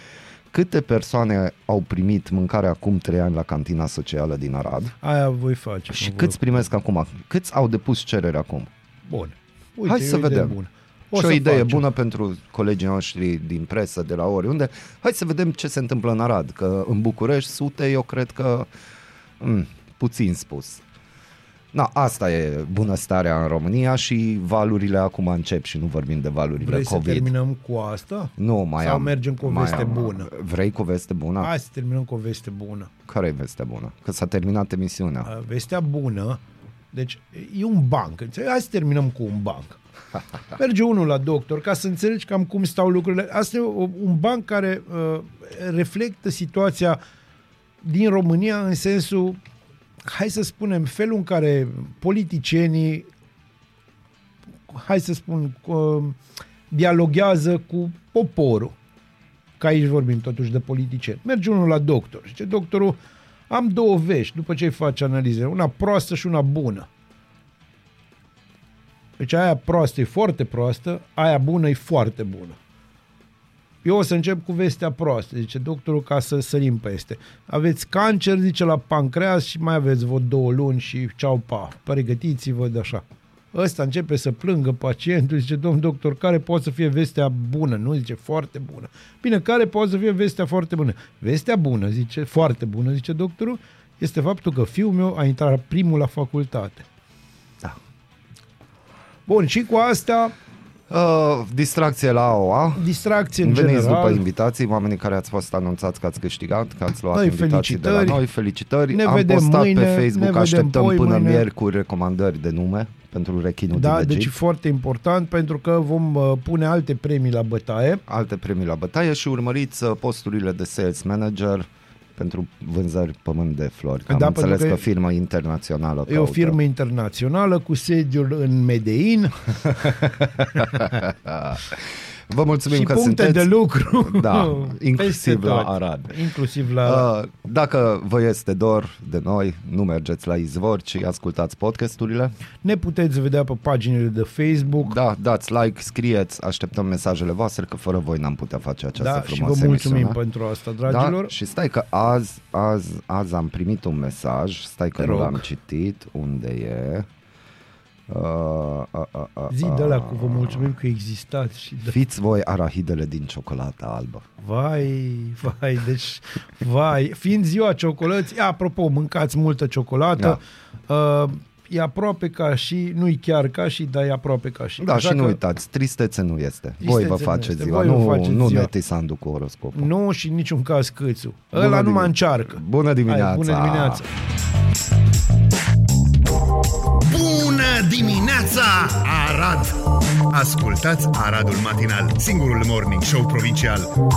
[SPEAKER 1] Câte persoane au primit mâncare acum 3 ani la cantina socială din Arad?
[SPEAKER 2] Aia voi face.
[SPEAKER 1] Și
[SPEAKER 2] cum
[SPEAKER 1] câți
[SPEAKER 2] vă-
[SPEAKER 1] primesc acum? Câți au depus cerere acum?
[SPEAKER 2] Bun.
[SPEAKER 1] Hai
[SPEAKER 2] e
[SPEAKER 1] să
[SPEAKER 2] o idee
[SPEAKER 1] vedem.
[SPEAKER 2] Bună.
[SPEAKER 1] O și o
[SPEAKER 2] să
[SPEAKER 1] idee
[SPEAKER 2] facem.
[SPEAKER 1] bună pentru colegii noștri din presă de la oriunde. Hai să vedem ce se întâmplă în Arad, că în București sute, eu cred că m, puțin spus. Na, asta e bunăstarea în România și valurile acum încep și nu vorbim de valurile
[SPEAKER 2] Vrei
[SPEAKER 1] COVID.
[SPEAKER 2] să terminăm cu asta?
[SPEAKER 1] Nu, mai
[SPEAKER 2] Sau
[SPEAKER 1] am.
[SPEAKER 2] mergem cu o
[SPEAKER 1] mai
[SPEAKER 2] veste bună?
[SPEAKER 1] Vrei cu veste bună?
[SPEAKER 2] Hai să terminăm cu o veste bună.
[SPEAKER 1] Care e vestea bună? Că s-a terminat emisiunea.
[SPEAKER 2] Uh, vestea bună, deci e un banc, înțelegi? Hai să terminăm cu un banc. Merge unul la doctor ca să înțelegi cam cum stau lucrurile. Asta e o- un banc care uh, reflectă situația din România în sensul, hai să spunem, felul în care politicienii, hai să spun, uh, dialoghează cu poporul că aici vorbim totuși de politicieni. Merge unul la doctor. Zice, doctorul, am două vești după ce îi faci analize, una proastă și una bună. Deci aia proastă e foarte proastă, aia bună e foarte bună. Eu o să încep cu vestea proastă, zice doctorul, ca să sărim peste. Aveți cancer, zice, la pancreas și mai aveți vă două luni și ceau pa, pregătiți-vă de așa. Ăsta începe să plângă pacientul, zice, domn doctor, care poate să fie vestea bună? Nu, zice, foarte bună. Bine, care poate să fie vestea foarte bună? Vestea bună, zice, foarte bună, zice doctorul, este faptul că fiul meu a intrat primul la facultate.
[SPEAKER 1] Da.
[SPEAKER 2] Bun, și cu asta,
[SPEAKER 1] Uh, distracție la OA.
[SPEAKER 2] distracție în
[SPEAKER 1] Veniți
[SPEAKER 2] general.
[SPEAKER 1] după invitații, oamenii care ați fost anunțați că ați câștigat, că ați luat
[SPEAKER 2] Noi
[SPEAKER 1] invitații de la
[SPEAKER 2] felicitări.
[SPEAKER 1] noi, felicitări.
[SPEAKER 2] Ne
[SPEAKER 1] Am
[SPEAKER 2] vedem
[SPEAKER 1] postat
[SPEAKER 2] mâine,
[SPEAKER 1] pe
[SPEAKER 2] ne
[SPEAKER 1] Facebook,
[SPEAKER 2] vedem
[SPEAKER 1] așteptăm
[SPEAKER 2] poi
[SPEAKER 1] până
[SPEAKER 2] mâine.
[SPEAKER 1] miercuri recomandări de nume pentru rechinul
[SPEAKER 2] Da,
[SPEAKER 1] din
[SPEAKER 2] deci
[SPEAKER 1] Egip.
[SPEAKER 2] e foarte important pentru că vom uh, pune alte premii la bătaie.
[SPEAKER 1] Alte premii la bătaie și urmăriți uh, posturile de sales manager pentru vânzări pământ de flori. Am
[SPEAKER 2] Da, pentru
[SPEAKER 1] înțeles
[SPEAKER 2] că
[SPEAKER 1] că,
[SPEAKER 2] e-
[SPEAKER 1] firma internațională
[SPEAKER 2] E o
[SPEAKER 1] caută.
[SPEAKER 2] firmă internațională cu sediul în Medellin
[SPEAKER 1] Vă mulțumim
[SPEAKER 2] și
[SPEAKER 1] că
[SPEAKER 2] puncte
[SPEAKER 1] sunteți.
[SPEAKER 2] de lucru.
[SPEAKER 1] Da, inclusiv
[SPEAKER 2] peste
[SPEAKER 1] la
[SPEAKER 2] tot.
[SPEAKER 1] Arad.
[SPEAKER 2] Inclusiv la Arad.
[SPEAKER 1] Uh, Dacă vă este dor de noi, nu mergeți la izvor, ci ascultați podcasturile.
[SPEAKER 2] Ne puteți vedea pe paginile de Facebook.
[SPEAKER 1] Da, dați like, scrieți, așteptăm mesajele voastre, că fără voi n-am putea face această
[SPEAKER 2] Da, și vă
[SPEAKER 1] frumoasă
[SPEAKER 2] mulțumim
[SPEAKER 1] emisiune.
[SPEAKER 2] pentru asta,
[SPEAKER 1] da,
[SPEAKER 2] dragilor.
[SPEAKER 1] și stai că azi, azi, azi am primit un mesaj, stai că
[SPEAKER 2] Te
[SPEAKER 1] nu
[SPEAKER 2] rog.
[SPEAKER 1] l-am citit, unde e? Uh, a, a, a,
[SPEAKER 2] Zi de
[SPEAKER 1] Ah.
[SPEAKER 2] la cu vă mulțumim că existați și de...
[SPEAKER 1] Fiți voi arahidele din ciocolata albă.
[SPEAKER 2] Vai, vai, deci, vai. Fiind ziua ciocolății, apropo, mâncați multă ciocolată, da. uh, e aproape ca și, nu-i chiar ca și, dar e aproape ca și.
[SPEAKER 1] Da,
[SPEAKER 2] Așa
[SPEAKER 1] și nu
[SPEAKER 2] Exact că
[SPEAKER 1] uitați, tristețe nu este. Voi
[SPEAKER 2] Tristețe
[SPEAKER 1] vă
[SPEAKER 2] nu
[SPEAKER 1] faceți
[SPEAKER 2] este,
[SPEAKER 1] ziua,
[SPEAKER 2] voi
[SPEAKER 1] nu,
[SPEAKER 2] vă faceți
[SPEAKER 1] nu
[SPEAKER 2] ziua.
[SPEAKER 1] netisandu cu horoscopul.
[SPEAKER 2] Nu și în niciun caz câțu.
[SPEAKER 1] Bună
[SPEAKER 2] Ăla nu mă
[SPEAKER 1] dimine-
[SPEAKER 2] încearcă.
[SPEAKER 1] Bună dimineața!
[SPEAKER 2] Hai, bună dimineața!
[SPEAKER 4] Bună dimineața, Arad! Ascultați Aradul Matinal, singurul morning show provincial.